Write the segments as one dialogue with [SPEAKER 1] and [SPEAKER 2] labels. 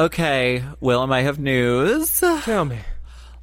[SPEAKER 1] Okay, Willem, I have news.
[SPEAKER 2] Tell me.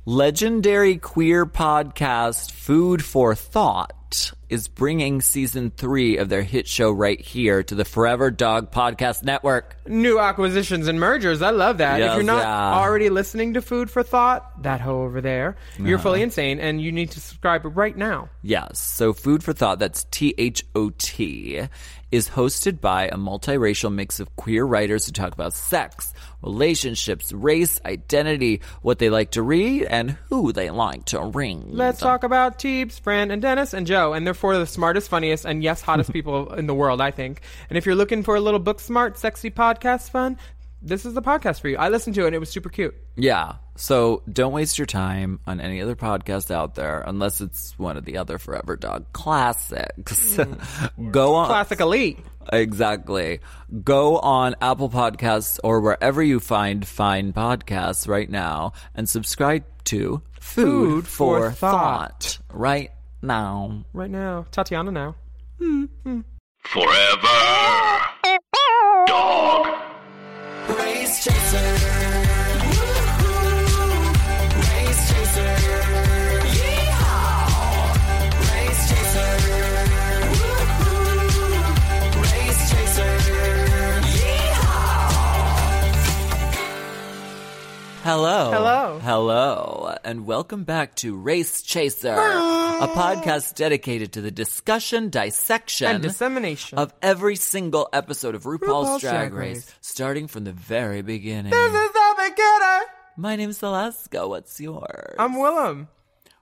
[SPEAKER 1] Legendary queer podcast Food for Thought is bringing season three of their hit show right here to the Forever Dog Podcast Network.
[SPEAKER 2] New acquisitions and mergers. I love that.
[SPEAKER 1] Yes,
[SPEAKER 2] if you're not
[SPEAKER 1] yeah.
[SPEAKER 2] already listening to Food for Thought, that hoe over there,
[SPEAKER 1] Uh-huh.
[SPEAKER 2] you're fully insane and you need to subscribe right now.
[SPEAKER 1] Yes, so Food for Thought, that's T H O T, is hosted by a multiracial mix of queer writers who talk about sex, relationships, race, identity, what they like to read, and who they like to ring.
[SPEAKER 2] Let's talk about Teebs, Fran, and Dennis, and Joe, and they're four of the smartest, funniest, and yes, hottest people in the world, I think. And if you're looking for a little book smart, sexy podcast fun, this is the podcast for you. I listened to it and it was super cute.
[SPEAKER 1] Yeah. So don't waste your time on any other podcast out there unless it's one of the other Forever Dog classics. Go on.
[SPEAKER 2] Classic Elite.
[SPEAKER 1] Exactly. Go on Apple Podcasts or wherever you find fine podcasts right now and subscribe to Food,
[SPEAKER 2] Food for
[SPEAKER 1] Thought right now.
[SPEAKER 2] Right now. Tatiana now.
[SPEAKER 3] Forever. Dog.
[SPEAKER 4] Race chaser. Woo-hoo. Race chaser. Yeehaw. Race chaser. Woo-hoo. Race chaser. Yeehaw.
[SPEAKER 1] Hello.
[SPEAKER 2] Hello.
[SPEAKER 1] Hello. And welcome back to Race Chaser,
[SPEAKER 2] Ah.
[SPEAKER 1] a podcast dedicated to the discussion, dissection,
[SPEAKER 2] And dissemination.
[SPEAKER 1] of every single episode of RuPaul's,
[SPEAKER 2] RuPaul's
[SPEAKER 1] Drag,
[SPEAKER 2] Drag
[SPEAKER 1] Race,
[SPEAKER 2] Race.
[SPEAKER 1] starting from the very beginning. My name's Alaska. What's yours?
[SPEAKER 2] I'm Willem.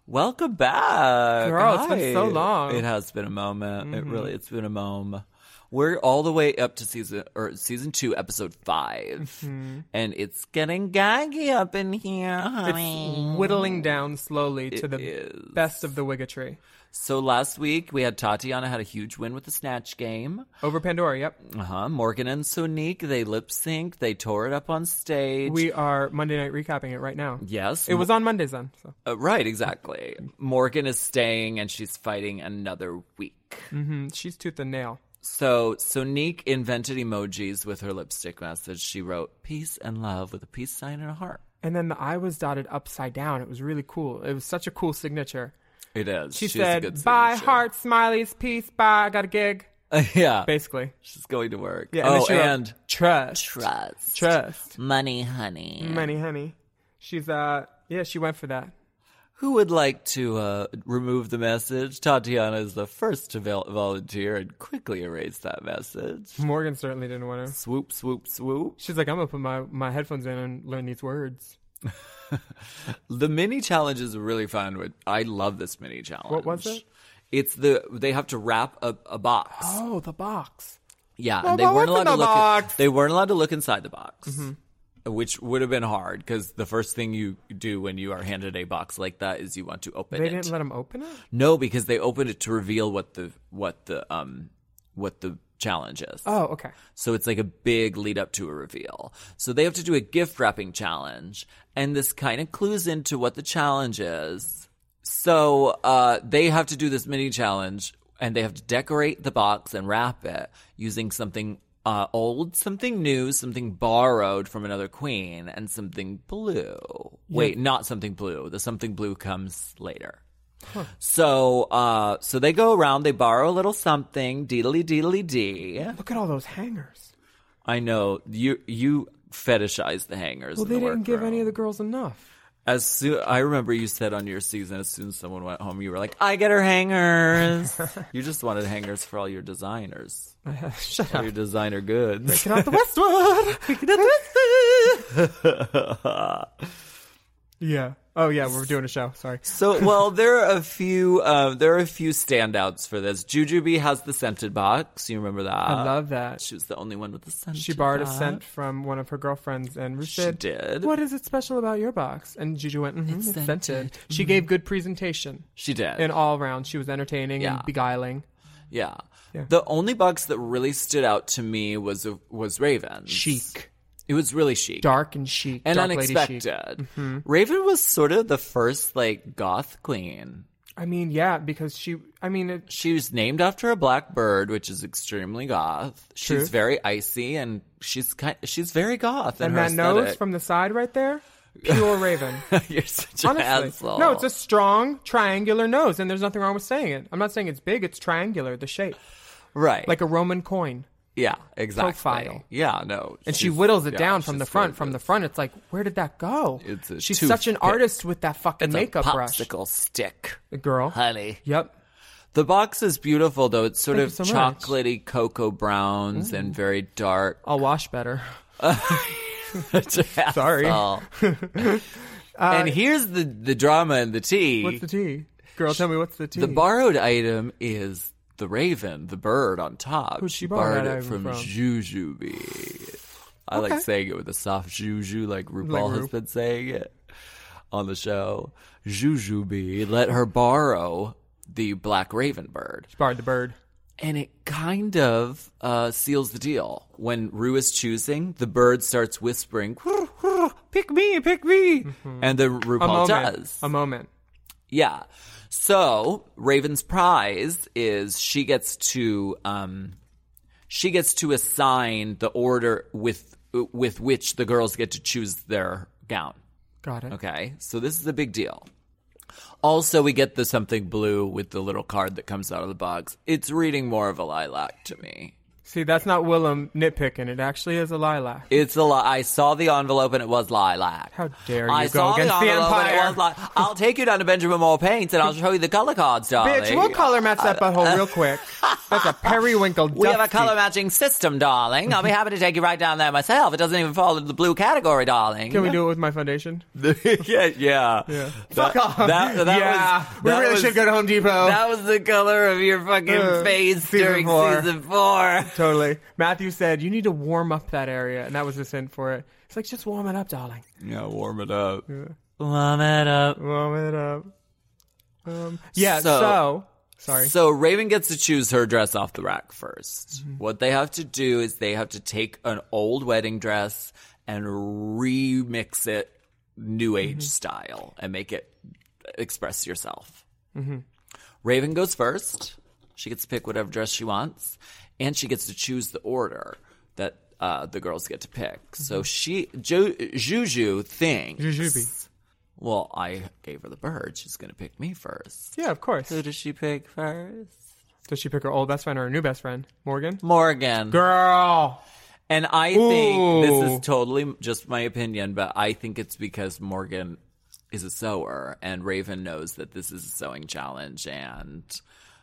[SPEAKER 1] Welcome back.
[SPEAKER 2] Girl, it's been so
[SPEAKER 1] Hi.
[SPEAKER 2] long. Mm-hmm.
[SPEAKER 1] It has been a moment. It really, it's been a moment. We're all the way up to season or season two, episode 5 and it's getting gaggy up in here, honey.
[SPEAKER 2] Mm-hmm. It's whittling down slowly to
[SPEAKER 1] Mm. It
[SPEAKER 2] the
[SPEAKER 1] is.
[SPEAKER 2] best of the wiggatry.
[SPEAKER 1] So last week we had Tatiana had a huge win with the snatch game.
[SPEAKER 2] Over Pandora, yep.
[SPEAKER 1] Uh huh. Morgan and Sonique they lip sync. They tore it up on stage.
[SPEAKER 2] We are Monday night recapping it right now.
[SPEAKER 1] yes,
[SPEAKER 2] It was on Mondays then. So.
[SPEAKER 1] Uh, right, exactly. Morgan is staying and she's fighting another week.
[SPEAKER 2] Mm, She's tooth and nail.
[SPEAKER 1] So Sonique invented emojis with her lipstick message. She wrote peace and love with a peace sign and a heart.
[SPEAKER 2] And then the eye was dotted upside down. It was really cool. It was such a cool signature.
[SPEAKER 1] It is.
[SPEAKER 2] She
[SPEAKER 1] She's a good
[SPEAKER 2] said, "Bye,
[SPEAKER 1] signature."
[SPEAKER 2] heart, smileys, peace, bye. I got a gig."
[SPEAKER 1] yeah.
[SPEAKER 2] Basically,
[SPEAKER 1] She's going to work.
[SPEAKER 2] yeah.
[SPEAKER 1] oh,
[SPEAKER 2] then she wrote,
[SPEAKER 1] and
[SPEAKER 2] trust,
[SPEAKER 1] trust.
[SPEAKER 2] trust,
[SPEAKER 1] Money, honey.
[SPEAKER 2] money, honey. She's uh, yeah, she went for that.
[SPEAKER 1] Who would like to uh, remove the message? Tatiana is the first to val- volunteer and quickly erase that message.
[SPEAKER 2] Morgan certainly didn't want to.
[SPEAKER 1] Swoop, swoop, swoop.
[SPEAKER 2] She's like, "I'm gonna put my my headphones in and learn these words."
[SPEAKER 1] The mini challenge is really fun. With I love this mini challenge.
[SPEAKER 2] What was it?
[SPEAKER 1] It's the they have to wrap a, a box.
[SPEAKER 2] Oh, the box.
[SPEAKER 1] Yeah,
[SPEAKER 2] Well,
[SPEAKER 1] and they
[SPEAKER 2] but
[SPEAKER 1] weren't allowed
[SPEAKER 2] what's in
[SPEAKER 1] to
[SPEAKER 2] the
[SPEAKER 1] look.
[SPEAKER 2] box? Mm-hmm.
[SPEAKER 1] At, they weren't allowed to look inside the box, which would have been hard because the first thing you do when you are handed a box like that is you want to open
[SPEAKER 2] They
[SPEAKER 1] it.
[SPEAKER 2] didn't let him open it.
[SPEAKER 1] no, because they open it to reveal what the what the um what the challenge is.
[SPEAKER 2] Oh, okay.
[SPEAKER 1] So it's like a big lead up to a reveal. So they have to do a gift wrapping challenge. And this kind of clues into what the challenge is. So uh, they have to do this mini challenge and they have to decorate the box and wrap it using something uh, old, something new, something borrowed from another queen, and something blue. Wait, not something blue. The something blue comes later. So, uh, so they go around. They borrow a little something, deedly deedly dee.
[SPEAKER 2] Look at all those hangers.
[SPEAKER 1] I know you you fetishize the hangers.
[SPEAKER 2] Well,
[SPEAKER 1] in the
[SPEAKER 2] they didn't give
[SPEAKER 1] workroom.
[SPEAKER 2] any of the girls enough.
[SPEAKER 1] As soon I remember, you said on your season, as soon as someone went home, you were like, "I get her hangers." you just wanted hangers for all your designers,
[SPEAKER 2] Shut
[SPEAKER 1] all your designer goods.
[SPEAKER 2] Get out the Westwood. yeah. Oh yeah, we're doing a show. Sorry.
[SPEAKER 1] so, well, there are a few. Uh, there are a few standouts for this. Jujubee has the scented box. You remember that?
[SPEAKER 2] I love that.
[SPEAKER 1] She was the only one with the scented.
[SPEAKER 2] She borrowed a
[SPEAKER 1] box.
[SPEAKER 2] scent from one of her girlfriends, and Ruth
[SPEAKER 1] She
[SPEAKER 2] said,
[SPEAKER 1] did.
[SPEAKER 2] "What is it special about your box?" And Juju went, mm-hmm, "It's scented." Mm-hmm.
[SPEAKER 1] scented.
[SPEAKER 2] She gave good presentation
[SPEAKER 1] She did.
[SPEAKER 2] in all round. She was entertaining
[SPEAKER 1] Yeah.
[SPEAKER 2] and beguiling.
[SPEAKER 1] yeah. The only box that really stood out to me was was Raven's.
[SPEAKER 2] Chic,
[SPEAKER 1] It was really chic.
[SPEAKER 2] dark and chic,
[SPEAKER 1] and
[SPEAKER 2] dark lady Mm-hmm.
[SPEAKER 1] unexpected.
[SPEAKER 2] chic.
[SPEAKER 1] Raven was sort of the first like goth queen.
[SPEAKER 2] I mean, yeah, because she. I mean, it,
[SPEAKER 1] She was named after a black bird, which is extremely goth. She's
[SPEAKER 2] True.
[SPEAKER 1] very icy, and she's kind. She's very goth, in
[SPEAKER 2] and
[SPEAKER 1] her
[SPEAKER 2] that nose
[SPEAKER 1] aesthetic.
[SPEAKER 2] from the side right there, pure Raven.
[SPEAKER 1] You're such an
[SPEAKER 2] Honestly,
[SPEAKER 1] asshole.
[SPEAKER 2] no, it's a strong triangular nose, and there's nothing wrong with saying it. I'm not saying it's big; it's triangular, the shape,
[SPEAKER 1] right.
[SPEAKER 2] like a Roman coin.
[SPEAKER 1] yeah, exactly.
[SPEAKER 2] profile.
[SPEAKER 1] Yeah, no.
[SPEAKER 2] And she
[SPEAKER 1] she's-
[SPEAKER 2] whittles it
[SPEAKER 1] yeah,
[SPEAKER 2] down from the
[SPEAKER 1] she's
[SPEAKER 2] front. From the
[SPEAKER 1] gorgeous.
[SPEAKER 2] front, it's like, where did that go?
[SPEAKER 1] It's a
[SPEAKER 2] She's such an
[SPEAKER 1] toothpick.
[SPEAKER 2] artist with that fucking
[SPEAKER 1] It's
[SPEAKER 2] makeup
[SPEAKER 1] a
[SPEAKER 2] brush.
[SPEAKER 1] popsicle stick,
[SPEAKER 2] The girl.
[SPEAKER 1] honey.
[SPEAKER 2] Yep.
[SPEAKER 1] The box is beautiful, though. It's sort
[SPEAKER 2] Thank
[SPEAKER 1] of
[SPEAKER 2] you so much.
[SPEAKER 1] chocolatey cocoa browns and very dark.
[SPEAKER 2] I'll wash better.
[SPEAKER 1] Sorry.
[SPEAKER 2] Uh,
[SPEAKER 1] and here's the, the drama and the tea.
[SPEAKER 2] What's the tea? Girl, tell me what's the tea?
[SPEAKER 1] The borrowed item is the raven, the bird on top.
[SPEAKER 2] Who'd she borrow that
[SPEAKER 1] borrowed it
[SPEAKER 2] item
[SPEAKER 1] from,
[SPEAKER 2] from?
[SPEAKER 1] Jujubee. I like saying it with a soft juju, like RuPaul has
[SPEAKER 2] Ru-
[SPEAKER 1] been saying it on the show. Jujubee let her borrow the black raven bird.
[SPEAKER 2] Barred the bird.
[SPEAKER 1] And it kind of uh, seals the deal. When Rue is choosing, the bird starts whispering, "Whir, whir, pick me, pick me. And then
[SPEAKER 2] Mm-hmm. A
[SPEAKER 1] RuPaul
[SPEAKER 2] moment.
[SPEAKER 1] does.
[SPEAKER 2] A moment.
[SPEAKER 1] Yeah. So Raven's prize is she gets to um, she gets to assign the order with with which the girls get to choose their gown.
[SPEAKER 2] Got it.
[SPEAKER 1] Okay, so this is a big deal. Also, we get the something blue with the little card that comes out of the box. It's reading more of a lilac to me.
[SPEAKER 2] See, that's not Willem nitpicking. It actually is a lilac.
[SPEAKER 1] It's a li- I saw the envelope and it was lilac.
[SPEAKER 2] How dare you
[SPEAKER 1] I
[SPEAKER 2] go
[SPEAKER 1] saw
[SPEAKER 2] against the
[SPEAKER 1] envelope and it
[SPEAKER 2] empire.
[SPEAKER 1] was li- I'll take you down to Benjamin Moore Paints and I'll show you the color cards, darling.
[SPEAKER 2] Bitch, we'll color match that butthole real quick. That's a periwinkle.
[SPEAKER 1] We have a
[SPEAKER 2] dusty.
[SPEAKER 1] color matching system, darling. I'll be happy to take you right down there myself. It doesn't even fall into the blue category, darling.
[SPEAKER 2] Can we do it with my foundation?
[SPEAKER 1] yeah, yeah. That-
[SPEAKER 2] Fuck off.
[SPEAKER 1] That, that
[SPEAKER 2] yeah,
[SPEAKER 1] was,
[SPEAKER 2] we
[SPEAKER 1] that
[SPEAKER 2] really
[SPEAKER 1] was-
[SPEAKER 2] should go to Home Depot.
[SPEAKER 1] That was the color of your fucking
[SPEAKER 2] Uh,
[SPEAKER 1] face
[SPEAKER 2] season
[SPEAKER 1] during
[SPEAKER 2] four.
[SPEAKER 1] season four.
[SPEAKER 2] totally. Matthew said you need to warm up that area, and that was his hint for it. It's like just warm it up, darling.
[SPEAKER 1] Yeah, warm it up. Warm it up.
[SPEAKER 2] Warm it up. Um, yeah. So,
[SPEAKER 1] So-
[SPEAKER 2] sorry.
[SPEAKER 1] So Raven gets to choose her dress off the rack 1st What they have to do is they have to take an old wedding dress and remix it new age style and make it express yourself. Raven goes first. She gets to pick whatever dress she wants, and she gets to choose the order that uh, the girls get to pick. So she jo- Juju thinks.
[SPEAKER 2] Jujube.
[SPEAKER 1] Well, I gave her the bird. She's going to pick me first.
[SPEAKER 2] Yeah, of course.
[SPEAKER 1] Who does she pick first?
[SPEAKER 2] Does she pick her old best friend or her new best friend, Morgan?
[SPEAKER 1] Morgan.
[SPEAKER 2] Girl.
[SPEAKER 1] And I think this
[SPEAKER 2] Ooh.
[SPEAKER 1] is totally just my opinion, but I think it's because Morgan is a sewer and Raven knows that this is a sewing challenge and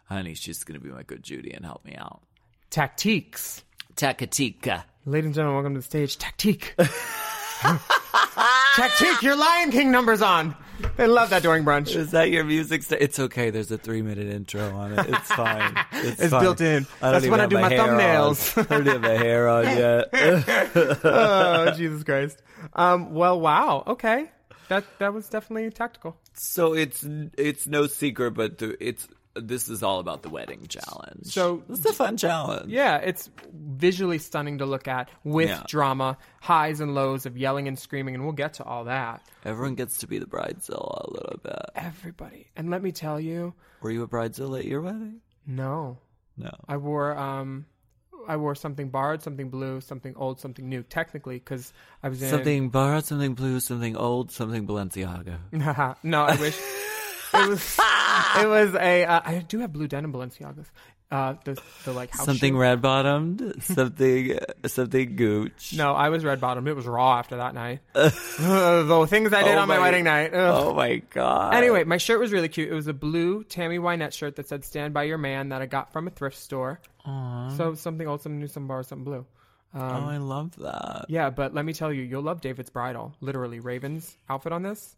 [SPEAKER 1] honey, she's going to be my good Judy and help me out.
[SPEAKER 2] Tactiques.
[SPEAKER 1] Takatika.
[SPEAKER 2] Ladies and gentlemen, welcome to the stage. Tactique. Tactique, your Lion King number's on. They love that during brunch.
[SPEAKER 1] Is that your music? St- it's okay. There's a three minute intro on it. It's fine. It's,
[SPEAKER 2] It's
[SPEAKER 1] fine.
[SPEAKER 2] built in.
[SPEAKER 1] don't
[SPEAKER 2] That's
[SPEAKER 1] even
[SPEAKER 2] when I
[SPEAKER 1] have
[SPEAKER 2] do my
[SPEAKER 1] hair on.
[SPEAKER 2] thumbnails.
[SPEAKER 1] I don't even have my hair on yet.
[SPEAKER 2] oh, Jesus Christ. Um, well, wow. Okay. That that was definitely tactical.
[SPEAKER 1] So it's it's no secret, but the, it's this is all about the wedding challenge.
[SPEAKER 2] So-
[SPEAKER 1] this is a fun challenge.
[SPEAKER 2] Yeah, it's visually stunning to look at with
[SPEAKER 1] Yeah.
[SPEAKER 2] drama, highs and lows of yelling and screaming, and we'll get to all that.
[SPEAKER 1] Everyone gets to be the bridezilla a little bit.
[SPEAKER 2] Everybody. And let me tell you,
[SPEAKER 1] Were you a bridezilla at your wedding?
[SPEAKER 2] no.
[SPEAKER 1] No.
[SPEAKER 2] I wore um I wore something borrowed, something blue, something old, something new, technically, because I was in
[SPEAKER 1] Something borrowed, something blue, something old, something Balenciaga.
[SPEAKER 2] Haha. no, I wish. It was. It was a. Uh, I do have blue denim Balenciagas. Uh, the the like house
[SPEAKER 1] something
[SPEAKER 2] shoe.
[SPEAKER 1] red bottomed, something uh, something gooch.
[SPEAKER 2] No, I was red bottomed. It was raw after that night. Ugh, the things I did
[SPEAKER 1] Oh
[SPEAKER 2] on my,
[SPEAKER 1] my-
[SPEAKER 2] wedding night. Ugh.
[SPEAKER 1] Oh my god.
[SPEAKER 2] Anyway, my shirt was really cute. It was a blue Tammy Wynette shirt that said "Stand by Your Man" that I got from a thrift store. So it was something old, something new, some bar, something blue.
[SPEAKER 1] oh, I love that.
[SPEAKER 2] Yeah, but let me tell you, you'll love David's bridal. Literally, Raven's outfit on this.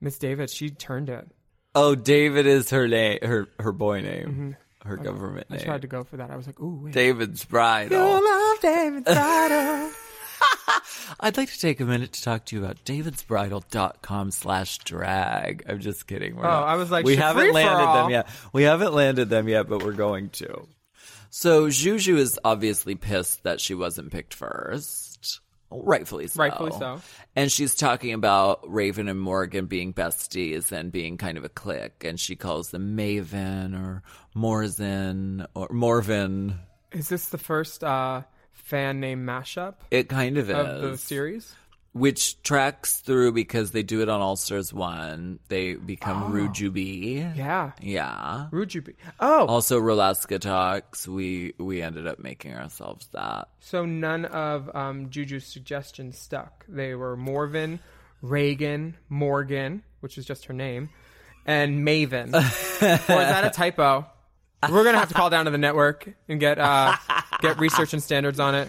[SPEAKER 2] Miss David, she turned it.
[SPEAKER 1] Oh, David is her name, her her boy name, her government
[SPEAKER 2] I
[SPEAKER 1] name.
[SPEAKER 2] tried to go for that. I was like, ooh, wait.
[SPEAKER 1] David's bridal.
[SPEAKER 2] You'll love David's bridal.
[SPEAKER 1] I'd like to take a minute to talk to you about davidsbridal.com slash drag. I'm just kidding. We're
[SPEAKER 2] Oh,
[SPEAKER 1] not-
[SPEAKER 2] I was like,
[SPEAKER 1] we
[SPEAKER 2] "She's
[SPEAKER 1] haven't
[SPEAKER 2] free for
[SPEAKER 1] landed
[SPEAKER 2] all."
[SPEAKER 1] them yet. We haven't landed them yet, but we're going to. So Juju is obviously pissed that she wasn't picked first. Rightfully so.
[SPEAKER 2] Rightfully so.
[SPEAKER 1] And she's talking about Raven and Morgan being besties and being kind of a clique. And she calls them Maven or Morzin or Morvin.
[SPEAKER 2] Is this the first uh, fan name mashup
[SPEAKER 1] It kind of,
[SPEAKER 2] of the
[SPEAKER 1] is.
[SPEAKER 2] series?
[SPEAKER 1] Which tracks through because they do it on All Stars 1. They become oh.
[SPEAKER 2] Yeah.
[SPEAKER 1] Yeah.
[SPEAKER 2] Rujubi. Oh,
[SPEAKER 1] Also, Rolaska Talks, we, we ended up making ourselves that.
[SPEAKER 2] so none of um, Juju's suggestions stuck. They were Morvin, Reagan, Morgan, which is just her name, and Maven. or is that a typo? We're gonna have to call down to the network and get uh, get research and standards on it.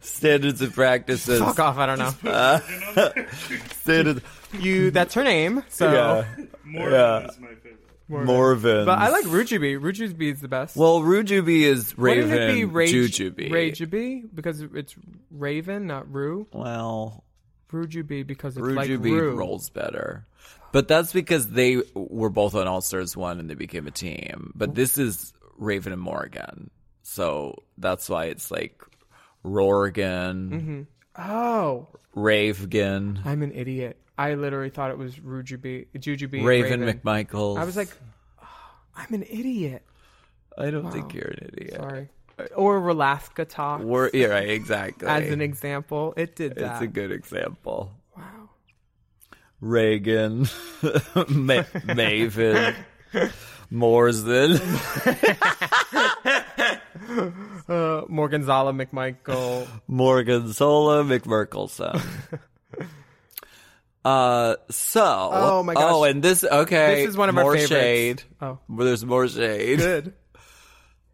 [SPEAKER 1] Standards and practices.
[SPEAKER 2] Fuck off! I don't know.
[SPEAKER 1] Standards.
[SPEAKER 2] You, that's her name. So,
[SPEAKER 5] Morgan is my favorite.
[SPEAKER 1] Morvin.
[SPEAKER 2] but I like Rujubi. Rujubi is the best.
[SPEAKER 1] Well, Rujubi is Raven.
[SPEAKER 2] Wouldn't it be Rage,
[SPEAKER 1] Jujubi.
[SPEAKER 2] Rajubi? Because it's Raven, not Rue.
[SPEAKER 1] Well,
[SPEAKER 2] Rujubi because it's like
[SPEAKER 1] Rujubi
[SPEAKER 2] Rue.
[SPEAKER 1] rolls better. But that's because they were both on All Stars 1 and they became a team. But this is Raven and Morgan. So that's why it's like
[SPEAKER 2] Mm-hmm.
[SPEAKER 1] Rorgan,
[SPEAKER 2] Oh,
[SPEAKER 1] Ravegan,
[SPEAKER 2] I'm an idiot. I literally thought it was Rujubi, Jujubi,
[SPEAKER 1] Raven,
[SPEAKER 2] Raven.
[SPEAKER 1] McMichaels.
[SPEAKER 2] I was like, oh, I'm an idiot.
[SPEAKER 1] I don't think you're an idiot.
[SPEAKER 2] Sorry. Or Relaska talk
[SPEAKER 1] We're, yeah, right, exactly.
[SPEAKER 2] as an example. It did
[SPEAKER 1] It's
[SPEAKER 2] that.
[SPEAKER 1] a good example. Wow. Reagan, Ma- Maven, Morzen,
[SPEAKER 2] uh, Morganzala McMichael.
[SPEAKER 1] Morgan Sola, McMerkelson. Uh, so
[SPEAKER 2] Oh my gosh.
[SPEAKER 1] Oh, and this okay.
[SPEAKER 2] This is one of our
[SPEAKER 1] more
[SPEAKER 2] favorites.
[SPEAKER 1] shade.
[SPEAKER 2] Oh.
[SPEAKER 1] Well, there's more shade.
[SPEAKER 2] Good.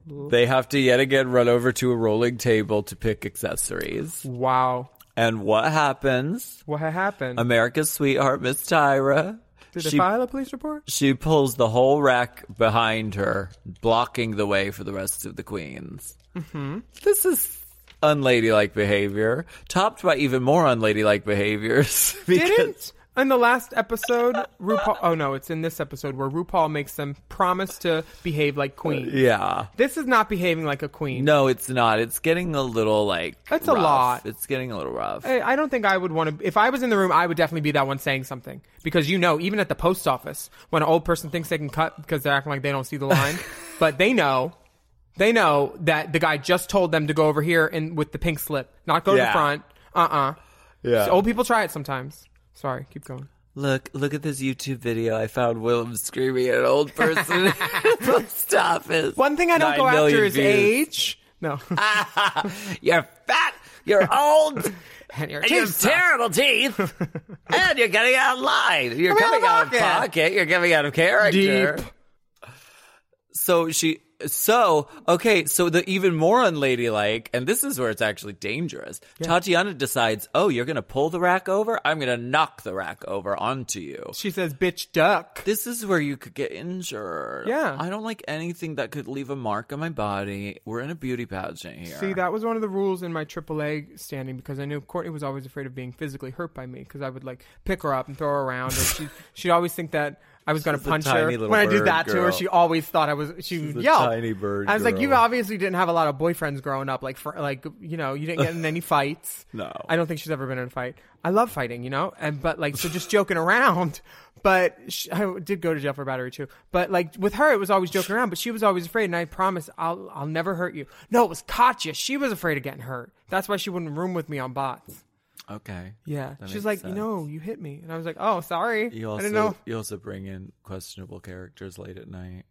[SPEAKER 1] They have to yet again run over to a rolling table to pick accessories.
[SPEAKER 2] Wow.
[SPEAKER 1] And what happens?
[SPEAKER 2] What had happened?
[SPEAKER 1] America's sweetheart, Miss Tyra.
[SPEAKER 2] did they
[SPEAKER 1] Um, she
[SPEAKER 2] file a police report?
[SPEAKER 1] She pulls the whole rack behind her, blocking the way for the rest of the queens. Mm-hmm. This is unladylike behavior, topped by even more unladylike behaviors. because-
[SPEAKER 2] didn't in the last episode RuPaul oh no it's in this episode where RuPaul makes them promise to behave like queen.
[SPEAKER 1] Yeah.
[SPEAKER 2] This is not behaving like a queen.
[SPEAKER 1] Uh, No, it's not. It's getting a little like.
[SPEAKER 2] It's a
[SPEAKER 1] rough.
[SPEAKER 2] lot.
[SPEAKER 1] It's getting a little rough.
[SPEAKER 2] I I don't think I would want to. If I was in the room, I would definitely be that one saying something because you know, even at the post office, when an old person thinks they can cut because they're acting like they don't see the line, but they know, they know that the guy just told them to go over here and with the pink slip, not go to
[SPEAKER 1] Yeah.
[SPEAKER 2] the front. Uh uh
[SPEAKER 1] yeah.
[SPEAKER 2] Old people try it sometimes. Sorry, keep going.
[SPEAKER 1] Look, look at this YouTube video I found Willem screaming at an old person. Stop it.
[SPEAKER 2] One thing I don't go after is age. No,
[SPEAKER 1] You're fat. You're old.
[SPEAKER 2] and your
[SPEAKER 1] And you have
[SPEAKER 2] teeth.
[SPEAKER 1] terrible teeth, and you're getting out of line. You're
[SPEAKER 2] I'm out of
[SPEAKER 1] coming out of
[SPEAKER 2] pocket.
[SPEAKER 1] pocket. You're coming out of character.
[SPEAKER 2] Deep.
[SPEAKER 1] So she, so okay, so the even more unladylike, and this is where it's actually dangerous. Tatiana decides, oh, you're gonna pull the rack over. I'm gonna knock the rack over onto you.
[SPEAKER 2] She says, "Bitch, duck."
[SPEAKER 1] This is where you could get injured.
[SPEAKER 2] Yeah.
[SPEAKER 1] I don't like anything that could leave a mark on my body. We're in a beauty pageant here.
[SPEAKER 2] See, that was one of the rules in my AAA standing because I knew Courtney was always afraid of being physically hurt by me because I would like pick her up and throw her around, or she she'd always think that I was going to
[SPEAKER 1] She's a
[SPEAKER 2] punch her.
[SPEAKER 1] tiny little
[SPEAKER 2] When I did
[SPEAKER 1] bird
[SPEAKER 2] that to her,
[SPEAKER 1] girl.
[SPEAKER 2] she always thought I was. She would
[SPEAKER 1] a
[SPEAKER 2] yell.
[SPEAKER 1] tiny bird
[SPEAKER 2] I was like, you
[SPEAKER 1] girl."
[SPEAKER 2] obviously didn't have a lot of boyfriends growing up, like for, like you know, you didn't get in any fights.
[SPEAKER 1] No.
[SPEAKER 2] I don't think she's ever been in a fight. I love fighting, you know, and but like so just joking around. But she, I did go to jail for battery too. But like with her, it was always joking around. But she was always afraid, and I promise I'll I'll never hurt you. No, it was Katya. She was afraid of getting hurt. That's why she wouldn't room with me on bots.
[SPEAKER 1] okay.
[SPEAKER 2] Yeah,
[SPEAKER 1] That makes
[SPEAKER 2] she's like,
[SPEAKER 1] sense.
[SPEAKER 2] you know, you hit me, and I was like, oh, sorry,
[SPEAKER 1] You also
[SPEAKER 2] I didn't know.
[SPEAKER 1] you also bring in questionable characters late at night.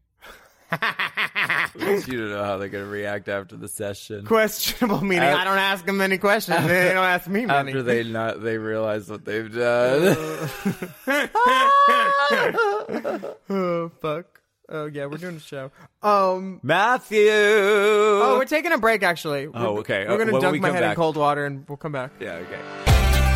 [SPEAKER 1] you don't know how they're going to react after the session.
[SPEAKER 2] Questionable meaning. I don't ask them any questions. they don't ask me many.
[SPEAKER 1] Uh, after they not they realize what they've
[SPEAKER 2] Uh.
[SPEAKER 1] done.
[SPEAKER 2] oh fuck. Oh yeah, we're doing a show. Um.
[SPEAKER 1] Matthew.
[SPEAKER 2] Oh, we're taking a break actually.
[SPEAKER 1] Oh,
[SPEAKER 2] We're-
[SPEAKER 1] okay.
[SPEAKER 2] We're
[SPEAKER 1] Uh,
[SPEAKER 2] gonna
[SPEAKER 1] when
[SPEAKER 2] dunk
[SPEAKER 1] we
[SPEAKER 2] my
[SPEAKER 1] come
[SPEAKER 2] head in
[SPEAKER 1] back.
[SPEAKER 2] cold water, and we'll come back.
[SPEAKER 1] yeah, okay.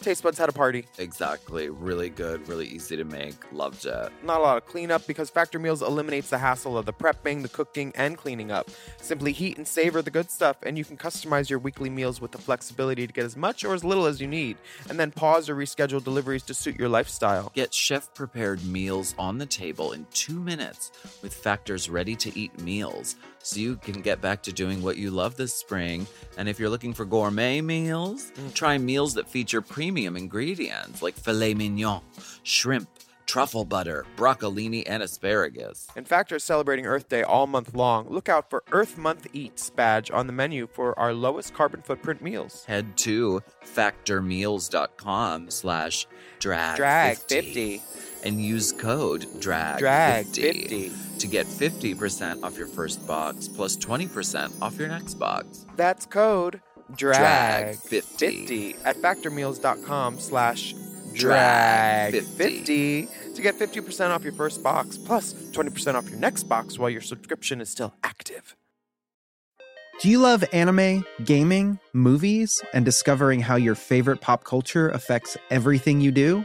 [SPEAKER 6] taste buds had a party.
[SPEAKER 1] Exactly. Really good, really easy to make. Loved it.
[SPEAKER 6] Not a lot of cleanup because Factor Meals eliminates the hassle of the prepping, the cooking, and cleaning up. Simply heat and savor the good stuff, and you can customize your weekly meals with the flexibility to get as much or as little as you need, and then pause or reschedule deliveries to suit your lifestyle.
[SPEAKER 1] Get chef prepared meals on the table in two minutes with Factor's ready to eat meals so you can get back to doing what you love this spring. And if you're looking for gourmet meals, try meals that feature premium ingredients like filet mignon, shrimp, truffle butter, broccolini, and asparagus.
[SPEAKER 6] And Factor is celebrating Earth Day all month long. Look out for Earth Month Eats badge on the menu for our lowest carbon footprint meals.
[SPEAKER 1] Head to factormeals.com slash drag50
[SPEAKER 6] Drag 50.
[SPEAKER 1] and use code drag50
[SPEAKER 6] Drag 50.
[SPEAKER 1] to get 50% off your first box plus 20% off your next box.
[SPEAKER 6] That's code
[SPEAKER 1] Drag
[SPEAKER 6] drag
[SPEAKER 1] 50.
[SPEAKER 6] 50 at factormeals.com slash
[SPEAKER 1] Drag
[SPEAKER 6] drag
[SPEAKER 1] 50.
[SPEAKER 6] 50 to get 50% off your first box plus 20% off your next box while your subscription is still active.
[SPEAKER 7] Do you love anime, gaming, movies, and discovering how your favorite pop culture affects everything you do?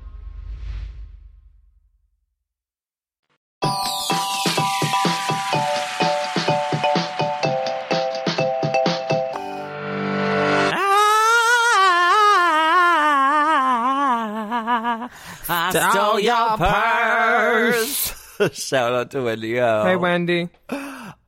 [SPEAKER 1] I stole your purse. Shout out to Wendy. O.
[SPEAKER 2] Hey, Wendy.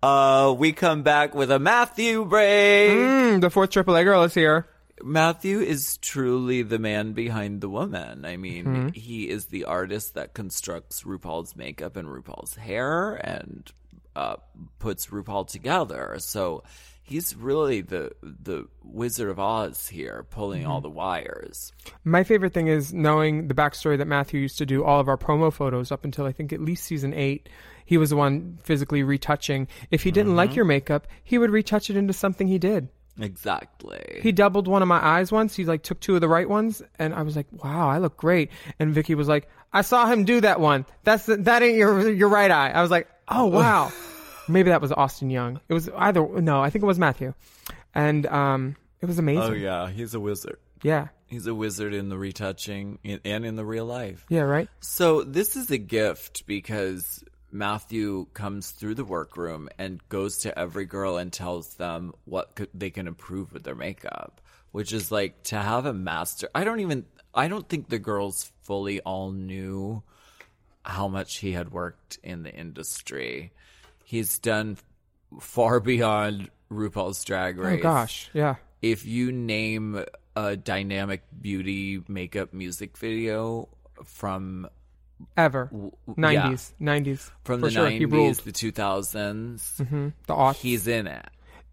[SPEAKER 1] Uh, we come back with a Matthew break.
[SPEAKER 2] Mm, the fourth AAA girl is here.
[SPEAKER 1] Matthew is truly the man behind the woman. I mean, he is the artist that constructs RuPaul's makeup and RuPaul's hair and uh, puts RuPaul together. So he's really the the Wizard of Oz here, pulling all the wires.
[SPEAKER 2] My favorite thing is knowing the backstory that Matthew used to do all of our promo photos up until I think at least season eight. He was the one physically retouching. If he didn't
[SPEAKER 1] Mm-hmm.
[SPEAKER 2] like your makeup, he would retouch it into something he did.
[SPEAKER 1] Exactly.
[SPEAKER 2] He doubled one of my eyes once. He like took two of the right ones, and I was like, "Wow, I look great." And Vicky was like, "I saw him do that one. That's that ain't your your right eye." I was like, "Oh wow." Maybe that was Austin Young. It was either no, I think it was Matthew, and um, it was amazing.
[SPEAKER 1] oh yeah, he's a wizard.
[SPEAKER 2] yeah,
[SPEAKER 1] He's a wizard in the retouching in- and in the real life.
[SPEAKER 2] yeah, right.
[SPEAKER 1] So this is a gift because Matthew comes through the workroom and goes to every girl and tells them what could, they can improve with their makeup, which is like to have a master. I don't even. I don't think the girls fully all knew how much he had worked in the industry. He's done far beyond RuPaul's Drag Race
[SPEAKER 2] Oh gosh, yeah.
[SPEAKER 1] if you name a dynamic beauty makeup music video from
[SPEAKER 2] Ever
[SPEAKER 1] yeah.
[SPEAKER 2] nineties, nineties
[SPEAKER 1] from
[SPEAKER 2] for
[SPEAKER 1] the
[SPEAKER 2] sure. He ruled
[SPEAKER 1] 90s the 2000s
[SPEAKER 2] the aughts.
[SPEAKER 1] he's in it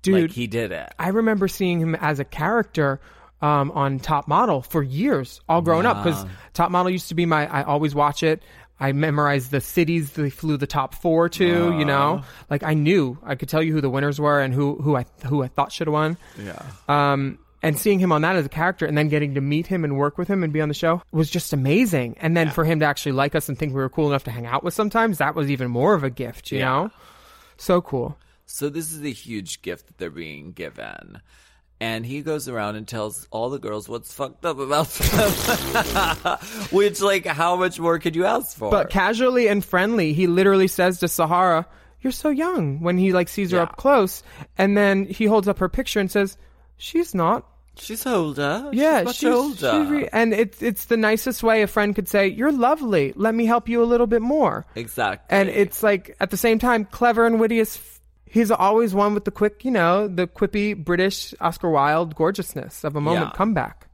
[SPEAKER 2] Dude.
[SPEAKER 1] like he did it
[SPEAKER 2] I remember seeing him as a character um, on Top Model for years, all grown up, 'cause up, because Top Model used to be my. I always watch it. I memorized the cities they flew the top four to. You know, like I knew I could tell you who the winners were and who who I who I thought should have won. Yeah. Um, and seeing him on that as a character, and then getting to meet him and work with him and be on the show was just amazing. And then for him to actually like us and think we were cool enough to hang out with sometimes, that was even more of a gift. You know, so cool.
[SPEAKER 1] so this is a huge gift that they're being given and he goes around and tells all the girls what's fucked up about them. Which, like, how much more could you ask for?
[SPEAKER 2] But casually and friendly, he literally says to Sahara, "You're so young." When he like sees her up close, and then he holds up her picture and says, "She's not."
[SPEAKER 1] she's older.
[SPEAKER 2] Yeah,
[SPEAKER 1] she's much
[SPEAKER 2] she's,
[SPEAKER 1] older.
[SPEAKER 2] she's re- and it's it's the nicest way a friend could say, "You're lovely. Let me help you a little bit more."
[SPEAKER 1] exactly.
[SPEAKER 2] And it's like at the same time clever and witty as. F- he's always one with the quick, you know, the quippy British Oscar Wilde gorgeousness of a moment
[SPEAKER 1] Yeah.
[SPEAKER 2] comeback.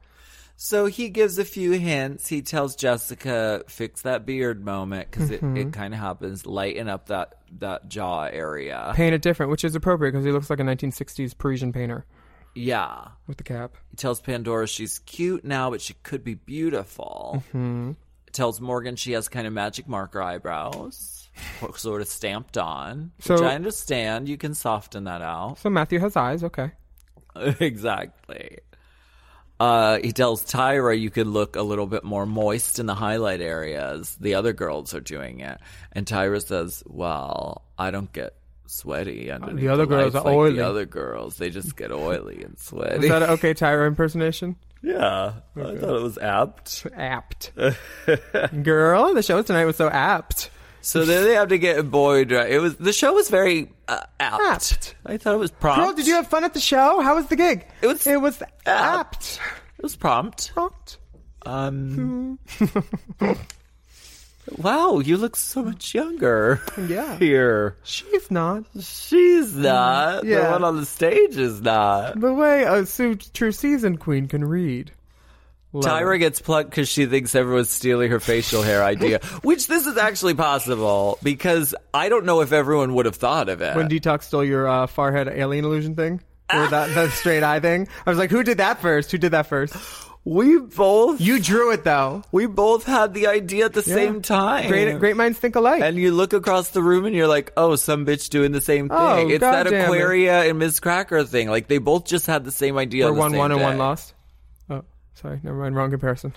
[SPEAKER 1] So he gives a few hints. He tells Jessica fix that beard moment because
[SPEAKER 2] Mm-hmm.
[SPEAKER 1] it, it kind of happens. Lighten up that that jaw area.
[SPEAKER 2] Paint it different, which is appropriate because he looks like a 1960s Parisian painter
[SPEAKER 1] yeah.
[SPEAKER 2] with the cap.
[SPEAKER 1] He tells Pandora she's cute now, but she could be beautiful.
[SPEAKER 2] Mm-hmm.
[SPEAKER 1] Tells Morgan she has kind of magic marker eyebrows, sort of stamped on. which
[SPEAKER 2] So-
[SPEAKER 1] I understand. You can soften that out.
[SPEAKER 2] So Matthew has eyes, okay.
[SPEAKER 1] exactly. Uh, he tells Tyra you could look a little bit more moist in the highlight areas. The other girls are doing it, and Tyra says, "Well, I don't get sweaty underneath
[SPEAKER 2] other
[SPEAKER 1] the
[SPEAKER 2] girls
[SPEAKER 1] lights
[SPEAKER 2] are
[SPEAKER 1] like
[SPEAKER 2] oily."
[SPEAKER 1] The other girls, they just get oily and sweaty.
[SPEAKER 2] Is that an okay Tyra impersonation?
[SPEAKER 1] yeah, I thought it was apt.
[SPEAKER 2] Apt. Girl, the show tonight was so apt.
[SPEAKER 1] So then they have to get a boy dra- It was the show was very uh, apt.
[SPEAKER 2] Apt.
[SPEAKER 1] I thought it was prompt.
[SPEAKER 2] Girl, did you have fun at the show? How was the gig?
[SPEAKER 1] It was
[SPEAKER 2] it was
[SPEAKER 1] apt.
[SPEAKER 2] apt.
[SPEAKER 1] It was prompt.
[SPEAKER 2] Prompt.
[SPEAKER 1] Um.
[SPEAKER 2] Hmm.
[SPEAKER 1] wow, you look so much younger.
[SPEAKER 2] Yeah.
[SPEAKER 1] Here,
[SPEAKER 2] She's not.
[SPEAKER 1] she's not. The
[SPEAKER 2] Yeah.
[SPEAKER 1] one on the stage is not.
[SPEAKER 2] The way a su- true season queen can read. Love
[SPEAKER 1] Tyra
[SPEAKER 2] it.
[SPEAKER 1] gets plucked because she thinks everyone's stealing her facial hair idea, which this is actually possible because I don't know if everyone would have thought of it.
[SPEAKER 2] When Detox stole your uh, forehead alien illusion thing? Or that, that straight eye thing? I was like, who did that first? Who did that first?
[SPEAKER 1] we both
[SPEAKER 2] You drew it though.
[SPEAKER 1] we both had the idea at the
[SPEAKER 2] Yeah.
[SPEAKER 1] same time.
[SPEAKER 2] Great, great minds think alike.
[SPEAKER 1] And you look across the room and you're like, oh, some bitch doing the same thing.
[SPEAKER 2] Oh,
[SPEAKER 1] it's that
[SPEAKER 2] goddamn it.
[SPEAKER 1] Aquaria and Miss Cracker thing. Like they both just had the same idea.
[SPEAKER 2] We're
[SPEAKER 1] on the same
[SPEAKER 2] one one and
[SPEAKER 1] day.
[SPEAKER 2] one lost. Oh, sorry, never mind. Wrong comparison.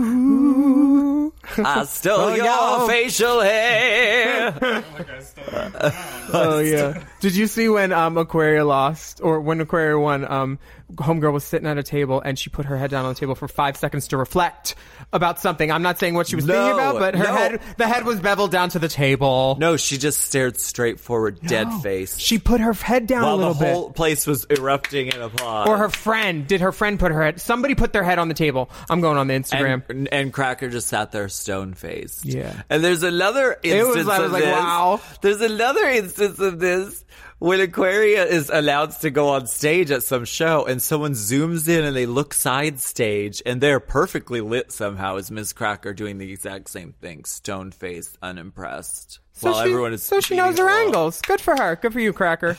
[SPEAKER 1] Ooh, I Ah, stole
[SPEAKER 2] Oh,
[SPEAKER 1] your facial hair.
[SPEAKER 5] Like I stole it. Wow.
[SPEAKER 2] Oh yeah. Did you see when um, Aquaria lost or when Aquaria won? Um, Homegirl was sitting at a table and she put her head down on the table for five seconds to reflect about something. I'm not saying what she was
[SPEAKER 1] No,
[SPEAKER 2] thinking about, but her
[SPEAKER 1] no.
[SPEAKER 2] head, the head was beveled down to the table.
[SPEAKER 1] no, she just stared straight forward, dead face.
[SPEAKER 2] She put her head down
[SPEAKER 1] while
[SPEAKER 2] a little
[SPEAKER 1] the whole
[SPEAKER 2] bit.
[SPEAKER 1] place was erupting in applause.
[SPEAKER 2] Or her friend? Did her friend put her head? Somebody put their head on the table. I'm going on the Instagram.
[SPEAKER 1] And, and Cracker just sat there stone faced.
[SPEAKER 2] Yeah.
[SPEAKER 1] And there's another
[SPEAKER 2] was-
[SPEAKER 1] instance
[SPEAKER 2] I was
[SPEAKER 1] of
[SPEAKER 2] like,
[SPEAKER 1] this.
[SPEAKER 2] wow.
[SPEAKER 1] There's another instance of this when Aquaria is announced to go on stage at some show and someone zooms in and they look side stage and they're perfectly lit somehow as Ms. Cracker doing the exact same thing, stone faced, unimpressed.
[SPEAKER 2] so
[SPEAKER 1] while
[SPEAKER 2] she,
[SPEAKER 1] everyone is
[SPEAKER 2] so she knows
[SPEAKER 1] beating
[SPEAKER 2] her
[SPEAKER 1] along.
[SPEAKER 2] angles. Good for her. Good for you, Cracker.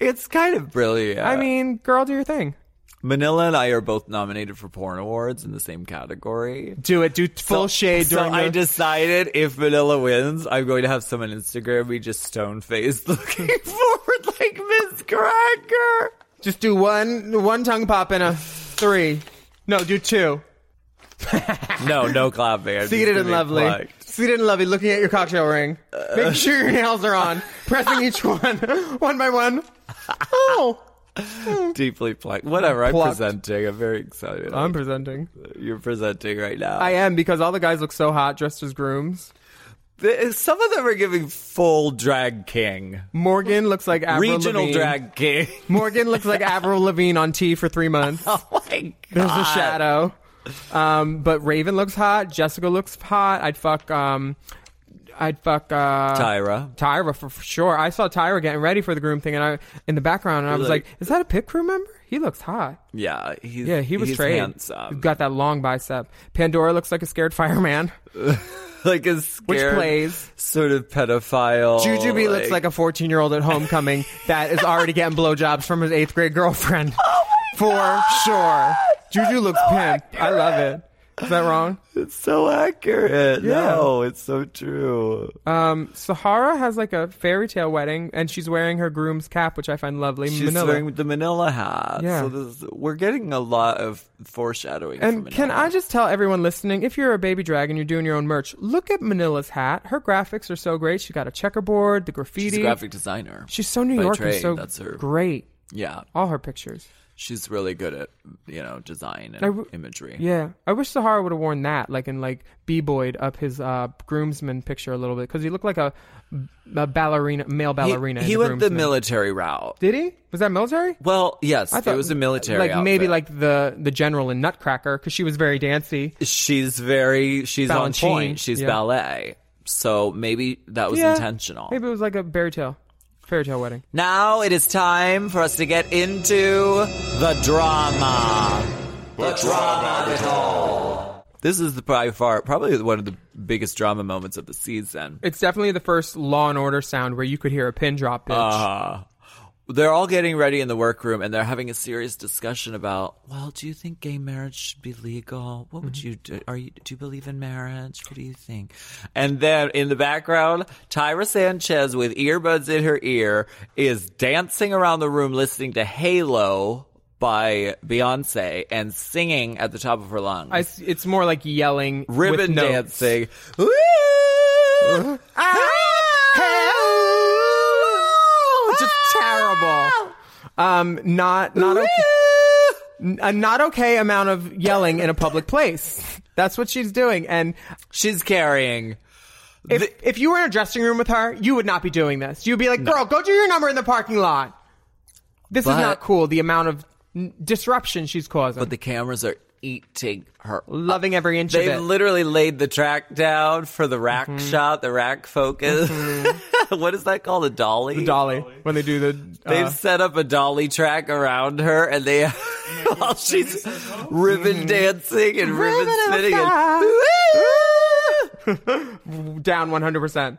[SPEAKER 1] It's kind of brilliant.
[SPEAKER 2] I mean, girl, do your thing.
[SPEAKER 1] Manila and I are both nominated for porn awards in the same category.
[SPEAKER 2] Do it. Do
[SPEAKER 1] So-
[SPEAKER 2] full shade
[SPEAKER 1] So
[SPEAKER 2] during
[SPEAKER 1] I
[SPEAKER 2] the-
[SPEAKER 1] decided if Vanilla wins, I'm going to have some on Instagram be just stone faced looking forward like Miss Cracker.
[SPEAKER 2] Just do one one tongue pop and a three. No, do two.
[SPEAKER 1] No, no clapping. I'm
[SPEAKER 2] Seated
[SPEAKER 1] just
[SPEAKER 2] and
[SPEAKER 1] getting
[SPEAKER 2] lovely.
[SPEAKER 1] plucked.
[SPEAKER 2] Seated and lovely, looking at your cocktail ring. Making sure your nails are on. pressing each one, one by one. Oh.
[SPEAKER 1] Deeply plucked. Whatever. I'm
[SPEAKER 2] Plucked.
[SPEAKER 1] presenting. I'm very excited.
[SPEAKER 2] I'm presenting.
[SPEAKER 1] You're presenting right now.
[SPEAKER 2] I am because all the guys look so hot dressed as grooms.
[SPEAKER 1] Th- Some of them are giving full drag king,
[SPEAKER 2] Morgan looks like Avril
[SPEAKER 1] regional
[SPEAKER 2] Lavigne.
[SPEAKER 1] drag king.
[SPEAKER 2] Morgan looks like Avril Lavigne on T for three months.
[SPEAKER 1] oh my god.
[SPEAKER 2] There's a shadow. Um, but Raven looks hot. Jessica looks hot. I'd fuck. Um, I'd fuck. Uh,
[SPEAKER 1] Tyra.
[SPEAKER 2] Tyra for, for sure. I saw Tyra getting ready for the groom thing, and I in the background, and I was
[SPEAKER 1] Like-
[SPEAKER 2] like, "Is that a pit crew member? He looks hot."
[SPEAKER 1] Yeah, he's
[SPEAKER 2] Yeah, he was
[SPEAKER 1] he's
[SPEAKER 2] trained.
[SPEAKER 1] handsome.
[SPEAKER 2] He's got that long bicep. Pandora looks like a scared fireman.
[SPEAKER 1] like a scared,
[SPEAKER 2] plays-
[SPEAKER 1] sort of pedophile.
[SPEAKER 2] Jujubee looks like a fourteen-year-old at homecoming that is already getting blowjobs from his
[SPEAKER 1] Oh
[SPEAKER 2] eighth-grade girlfriend. for sure, Juju looks pimp. I love it. Is that wrong?
[SPEAKER 8] It's so accurate.
[SPEAKER 2] Yeah.
[SPEAKER 8] No, it's so true.
[SPEAKER 2] Um, Sahara has like a fairy tale wedding, and she's wearing her groom's cap, which I find lovely.
[SPEAKER 8] She's
[SPEAKER 2] Manila.
[SPEAKER 8] wearing the Manila hat.
[SPEAKER 2] Yeah.
[SPEAKER 8] So this, we're getting a lot of foreshadowing. from
[SPEAKER 2] And can
[SPEAKER 8] Manila.
[SPEAKER 2] I just tell everyone listening, if you're a baby drag and you're doing your own merch, look at Manila's hat. Her graphics are so great. She got a checkerboard, the graffiti.
[SPEAKER 1] She's a graphic designer.
[SPEAKER 2] She's so New
[SPEAKER 1] by
[SPEAKER 2] York and
[SPEAKER 1] trade.
[SPEAKER 2] so
[SPEAKER 1] That's her.
[SPEAKER 2] great.
[SPEAKER 1] Yeah,
[SPEAKER 2] All her pictures.
[SPEAKER 1] she's really good at you know design and
[SPEAKER 2] I w-
[SPEAKER 1] imagery.
[SPEAKER 2] Yeah, I wish Sahara would have worn that, like in like b-boyed up his uh, groomsman picture a little bit, because he looked like a, a ballerina, male
[SPEAKER 1] he,
[SPEAKER 2] ballerina. in
[SPEAKER 1] he went the
[SPEAKER 2] groomsman.
[SPEAKER 1] military route.
[SPEAKER 2] Did he? Was that military?
[SPEAKER 1] Well, yes,
[SPEAKER 2] I
[SPEAKER 1] it was a military.
[SPEAKER 2] like maybe
[SPEAKER 1] outfit.
[SPEAKER 2] like the the general in Nutcracker, because she was very dancy.
[SPEAKER 1] she's very she's
[SPEAKER 2] Balanchine.
[SPEAKER 1] on point. She's
[SPEAKER 2] Yeah.
[SPEAKER 1] ballet, so maybe that was
[SPEAKER 2] Yeah.
[SPEAKER 1] intentional.
[SPEAKER 2] Maybe it was like a fairy tale, fairy tale wedding.
[SPEAKER 1] Now it is time for us to get into the drama. The drama of it all. This is the by far probably one of the biggest drama moments of the season.
[SPEAKER 2] It's definitely the first Law and Order sound where you could hear a pin drop. Bitch.
[SPEAKER 1] Uh-huh. They're all getting ready in the workroom and they're having a serious discussion about, well, do you think gay marriage should be legal? What
[SPEAKER 2] Mm-hmm.
[SPEAKER 1] would you do? Are you do you believe in marriage? What do you think? And then in the background, Tyra Sanchez with earbuds in her ear is dancing around the room listening to Halo by Beyonce and singing at the top of her lungs.
[SPEAKER 2] I s it's more like yelling, with
[SPEAKER 1] ribbon
[SPEAKER 2] notes.
[SPEAKER 1] dancing. Ooh, ah,
[SPEAKER 2] Just terrible. Um, not not okay, a not okay amount of yelling in a public place. That's what she's doing. And
[SPEAKER 1] She's carrying.
[SPEAKER 2] if if you were in a dressing room with her, you would not be doing this. You'd be like, "Girl, go do your number in the parking lot." This is
[SPEAKER 1] But-
[SPEAKER 2] not cool. The amount of n- disruption she's causing.
[SPEAKER 1] But the cameras are eating her.
[SPEAKER 2] loving every inch
[SPEAKER 1] They've
[SPEAKER 2] of it.
[SPEAKER 1] literally laid the track down for the rack
[SPEAKER 2] Mm-hmm.
[SPEAKER 1] shot, the rack focus. what is that called? A dolly?
[SPEAKER 2] The dolly when they do the uh,
[SPEAKER 1] They've set up a dolly track around her, and they while she's ribbon dancing and ribbon,
[SPEAKER 2] Mm-hmm. Ribbon of
[SPEAKER 1] spinning. And,
[SPEAKER 2] fire. down 100%.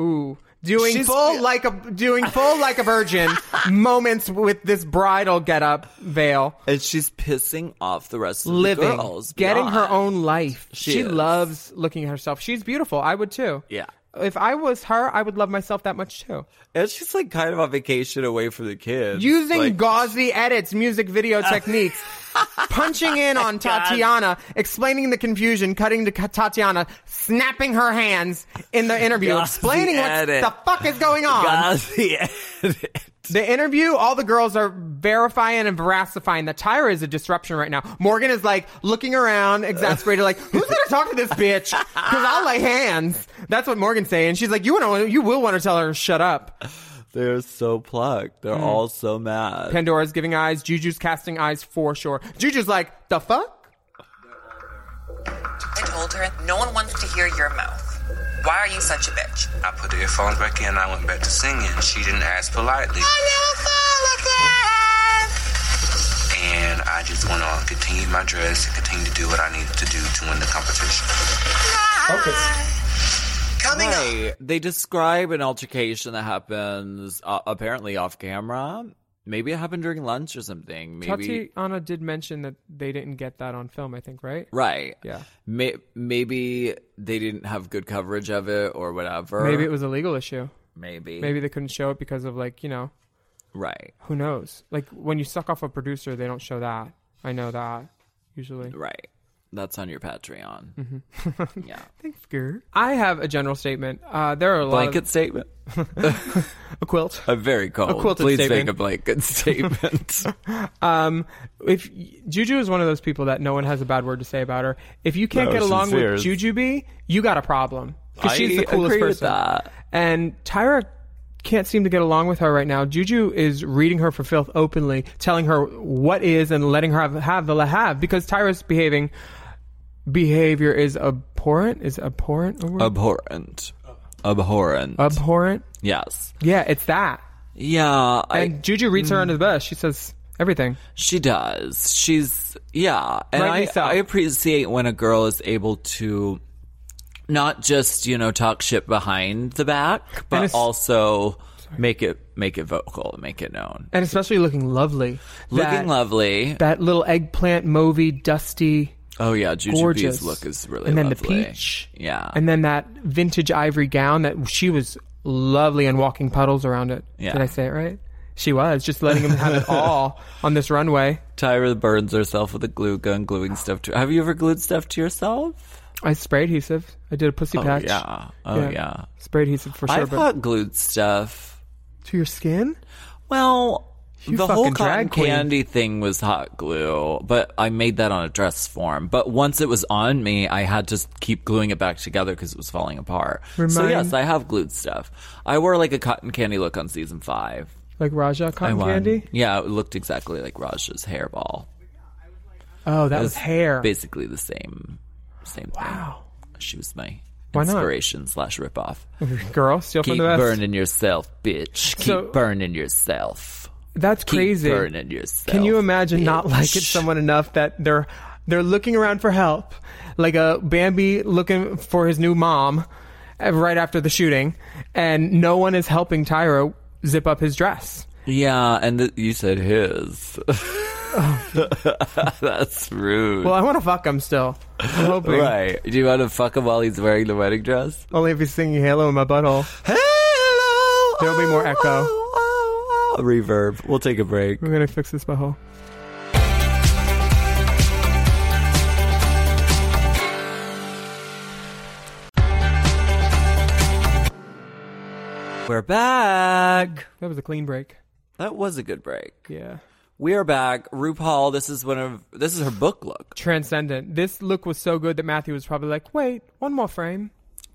[SPEAKER 2] Ooh. Doing
[SPEAKER 1] She's-
[SPEAKER 2] full like a doing full like a virgin moments with this bridal getup veil,
[SPEAKER 1] and she's pissing off the rest of the
[SPEAKER 2] living,
[SPEAKER 1] girls.
[SPEAKER 2] getting her
[SPEAKER 1] beyond.
[SPEAKER 2] own life. She,
[SPEAKER 1] She is.
[SPEAKER 2] loves looking at herself. She's beautiful. I would too.
[SPEAKER 1] Yeah.
[SPEAKER 2] If I was her, I would love myself that much too.
[SPEAKER 1] And she's like kind of on vacation away from the kids.
[SPEAKER 2] Using
[SPEAKER 1] like,
[SPEAKER 2] gauzy edits, music video techniques, punching in on Tatiana, explaining the confusion, cutting to Ka- Tatiana, snapping her hands in the interview,
[SPEAKER 1] Gauzy
[SPEAKER 2] explaining what
[SPEAKER 1] edit.
[SPEAKER 2] the fuck is going on.
[SPEAKER 1] gauzy edit.
[SPEAKER 2] The interview, all the girls are verifying and veracifying that Tyra is a disruption right now. Morgan is like looking around, exasperated, like, who's gonna talk to this bitch? Cause I'll lay hands. That's what Morgan's saying. She's like, you want you will want to tell her to shut up.
[SPEAKER 8] They're so plucked.
[SPEAKER 2] Mm.
[SPEAKER 8] They're all so mad.
[SPEAKER 2] Pandora's giving eyes, Juju's casting eyes for sure. Juju's like, the fuck?
[SPEAKER 9] I told her no one wants to hear your mouth. Why are you such a bitch?
[SPEAKER 10] I put the earphones back in. I went back to singing. She didn't ask politely, and I just went on, continued my dress, and continued to do what I needed to do to win the competition.
[SPEAKER 9] Coming up.
[SPEAKER 1] Right. They describe an altercation that happens uh, apparently off camera. Maybe it happened during lunch or something. Maybe
[SPEAKER 2] Tatiana did mention that they didn't get that on film, I think, right?
[SPEAKER 1] right.
[SPEAKER 2] Yeah.
[SPEAKER 1] May- maybe they didn't have good coverage of it or whatever.
[SPEAKER 2] Maybe it was a legal issue.
[SPEAKER 1] maybe
[SPEAKER 2] Maybe they couldn't show it because of like, you know,
[SPEAKER 1] right.
[SPEAKER 2] who knows? Like when you suck off a producer, they don't show that. I know that usually.
[SPEAKER 1] Right. That's on your Patreon.
[SPEAKER 2] Mm-hmm.
[SPEAKER 1] yeah.
[SPEAKER 2] Thanks, Gur. I have a general statement. Uh, there are a lot
[SPEAKER 1] Blanket statement.
[SPEAKER 2] of a quilt.
[SPEAKER 1] A very cold.
[SPEAKER 2] quilted
[SPEAKER 1] Please
[SPEAKER 2] statement.
[SPEAKER 1] make a blanket statement.
[SPEAKER 2] Um, if Juju is one of those people that no one has a bad word to say about her, if you can't
[SPEAKER 8] No,
[SPEAKER 2] get along
[SPEAKER 8] sincere.
[SPEAKER 2] with Juju B, you got a problem because
[SPEAKER 1] I
[SPEAKER 2] she's the coolest
[SPEAKER 1] agree
[SPEAKER 2] person.
[SPEAKER 1] with that.
[SPEAKER 2] And Tyra can't seem to get along with her right now. Juju is reading her for filth openly, telling her what is and letting her have, have the la have because Tyra's behaving behavior is abhorrent. Is abhorrent a word?
[SPEAKER 1] Abhorrent. Abhorrent.
[SPEAKER 2] Uh, abhorrent.
[SPEAKER 1] yes.
[SPEAKER 2] Yeah, it's that.
[SPEAKER 1] Yeah. I, Mm.
[SPEAKER 2] And Juju reads her under the bus. She says everything.
[SPEAKER 1] She does. She's yeah, and
[SPEAKER 2] Rightly
[SPEAKER 1] I
[SPEAKER 2] so.
[SPEAKER 1] I appreciate when a girl is able to not just you know talk shit behind the back, but
[SPEAKER 2] it's-
[SPEAKER 1] also make it make it vocal, make it known.
[SPEAKER 2] And especially looking lovely.
[SPEAKER 1] Looking
[SPEAKER 2] That-
[SPEAKER 1] lovely.
[SPEAKER 2] That little eggplant, mauvey, dusty
[SPEAKER 1] Oh yeah, Jujubee's
[SPEAKER 2] Gorgeous.
[SPEAKER 1] look is really
[SPEAKER 2] and then
[SPEAKER 1] lovely.
[SPEAKER 2] the peach.
[SPEAKER 1] Yeah.
[SPEAKER 2] And then that vintage ivory gown that she was lovely and walking puddles around it.
[SPEAKER 1] Yeah.
[SPEAKER 2] Did I say it right? She was just letting him have it all on this runway.
[SPEAKER 1] Tyra burns herself with a glue gun, gluing stuff to. Have you ever glued stuff to yourself?
[SPEAKER 2] I spray adhesive. I did a pussy
[SPEAKER 1] Oh,
[SPEAKER 2] patch.
[SPEAKER 1] yeah. Oh, yeah.
[SPEAKER 2] Spray adhesive for sure.
[SPEAKER 1] I've
[SPEAKER 2] but
[SPEAKER 1] hot glued stuff.
[SPEAKER 2] to your skin?
[SPEAKER 1] Well,
[SPEAKER 2] You
[SPEAKER 1] the
[SPEAKER 2] fucking
[SPEAKER 1] whole cotton
[SPEAKER 2] drag queen.
[SPEAKER 1] candy thing was hot glue, but I made that on a dress form. But once it was on me, I had to keep gluing it back together because it was falling apart. so
[SPEAKER 2] Remind-
[SPEAKER 1] yes, I have glued stuff. I wore like a cotton candy look on season five.
[SPEAKER 2] Like Raja
[SPEAKER 1] I
[SPEAKER 2] cotton
[SPEAKER 1] won.
[SPEAKER 2] candy?
[SPEAKER 1] Yeah, it looked exactly like Raj's hairball.
[SPEAKER 2] Oh, that
[SPEAKER 1] It
[SPEAKER 2] was hair.
[SPEAKER 1] Basically the same, same thing.
[SPEAKER 2] Wow.
[SPEAKER 1] She was my
[SPEAKER 2] Why not?
[SPEAKER 1] inspiration slash ripoff.
[SPEAKER 2] Girl, steal
[SPEAKER 1] Keep
[SPEAKER 2] from the best.
[SPEAKER 1] burning yourself, bitch. Keep
[SPEAKER 2] So-
[SPEAKER 1] burning yourself.
[SPEAKER 2] That's
[SPEAKER 1] Keep
[SPEAKER 2] crazy.
[SPEAKER 1] burning yourself.
[SPEAKER 2] Can you imagine not liking someone enough that they're they're looking around for help, like a Bambi looking for his new mom, uh, right after the shooting, and no one is helping Tyro zip up his dress.
[SPEAKER 1] Yeah, and th- you said his. That's rude.
[SPEAKER 2] Well, I want to fuck him still. I'm hoping
[SPEAKER 1] right. Do you want to fuck him while he's wearing the wedding dress?
[SPEAKER 2] only if he's singing "Halo" in my butthole. Hello. There'll be more echo.
[SPEAKER 1] oh, A reverb. We'll take a break.
[SPEAKER 2] We're gonna fix this butthole.
[SPEAKER 1] We're back.
[SPEAKER 2] That was a clean break.
[SPEAKER 1] That was a good break.
[SPEAKER 2] Yeah.
[SPEAKER 1] We are back. RuPaul, this is one of this is her book look.
[SPEAKER 2] Transcendent. This look was so good that Matthew was probably like, "Wait, one more frame."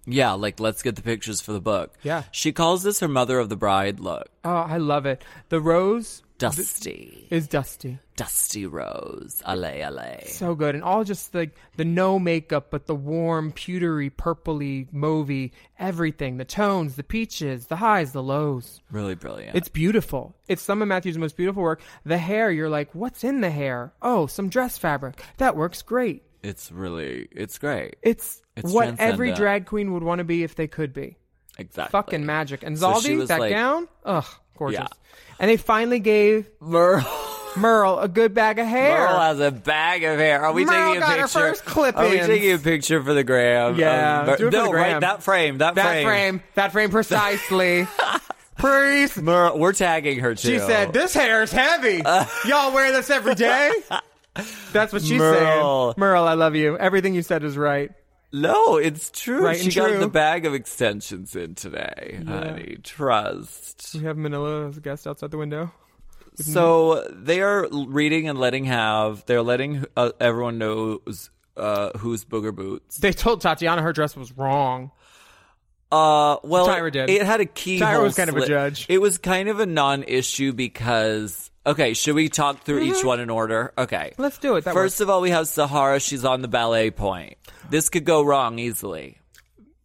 [SPEAKER 1] Yeah, like let's get the pictures for the book.
[SPEAKER 2] Yeah.
[SPEAKER 1] She calls this her mother of the bride look.
[SPEAKER 2] Oh, I love it. The rose
[SPEAKER 1] Dusty.
[SPEAKER 2] is dusty.
[SPEAKER 1] Dusty Rose. Ale ale.
[SPEAKER 2] So good. And all just like the no makeup, but the warm, pewtery, purpley, mauvey, everything. The tones, the peaches, the highs, the lows.
[SPEAKER 1] Really brilliant.
[SPEAKER 2] It's beautiful. It's some of Matthew's most beautiful work. The hair, you're like, what's in the hair? Oh, some dress fabric. That works great.
[SPEAKER 1] it's really it's great.
[SPEAKER 2] It's,
[SPEAKER 1] It's
[SPEAKER 2] what every
[SPEAKER 1] transcendent.
[SPEAKER 2] drag queen would want to be if they could be.
[SPEAKER 1] Exactly.
[SPEAKER 2] Fucking magic. And
[SPEAKER 1] So
[SPEAKER 2] Zaldi,
[SPEAKER 1] she was
[SPEAKER 2] that
[SPEAKER 1] like-
[SPEAKER 2] gown? Ugh, gorgeous.
[SPEAKER 1] Yeah.
[SPEAKER 2] And they finally gave
[SPEAKER 1] Merle
[SPEAKER 2] Merle a good bag of hair.
[SPEAKER 1] Merle has a bag of hair. Are we
[SPEAKER 2] Merle
[SPEAKER 1] taking a
[SPEAKER 2] got
[SPEAKER 1] picture?
[SPEAKER 2] her first
[SPEAKER 1] Are we
[SPEAKER 2] clippings.
[SPEAKER 1] taking a picture for the gram? of
[SPEAKER 2] Yeah,
[SPEAKER 1] Mer-
[SPEAKER 2] do it for
[SPEAKER 1] no,
[SPEAKER 2] the
[SPEAKER 1] right.
[SPEAKER 2] gram.
[SPEAKER 1] That frame. That,
[SPEAKER 2] that frame. that frame precisely. Please.
[SPEAKER 1] Merle, we're tagging her too.
[SPEAKER 2] She said, "This hair is heavy. Y'all wear this every day." That's what she's
[SPEAKER 1] Merle.
[SPEAKER 2] saying. Merle, I love you. Everything you said is right.
[SPEAKER 1] "No, it's true.
[SPEAKER 2] Right and
[SPEAKER 1] she got
[SPEAKER 2] true.
[SPEAKER 1] the bag of extensions in today, honey. Trust."
[SPEAKER 2] We have Manila as a guest outside the window. Mm-hmm.
[SPEAKER 1] So they are l- reading and letting have. They're letting uh, everyone knows uh, who's Booger Boots.
[SPEAKER 2] They told Tatiana her dress was wrong.
[SPEAKER 1] Uh, well,
[SPEAKER 2] Tyra did.
[SPEAKER 1] It had a key.
[SPEAKER 2] Tyra was kind of a judge.
[SPEAKER 1] It was kind of a non-issue because. Okay, should we talk through each one in order? Okay,
[SPEAKER 2] Mm-hmm. Let's do it. That
[SPEAKER 1] First
[SPEAKER 2] works.
[SPEAKER 1] of all, we have Sahara. She's on the ballet point. This could go wrong easily.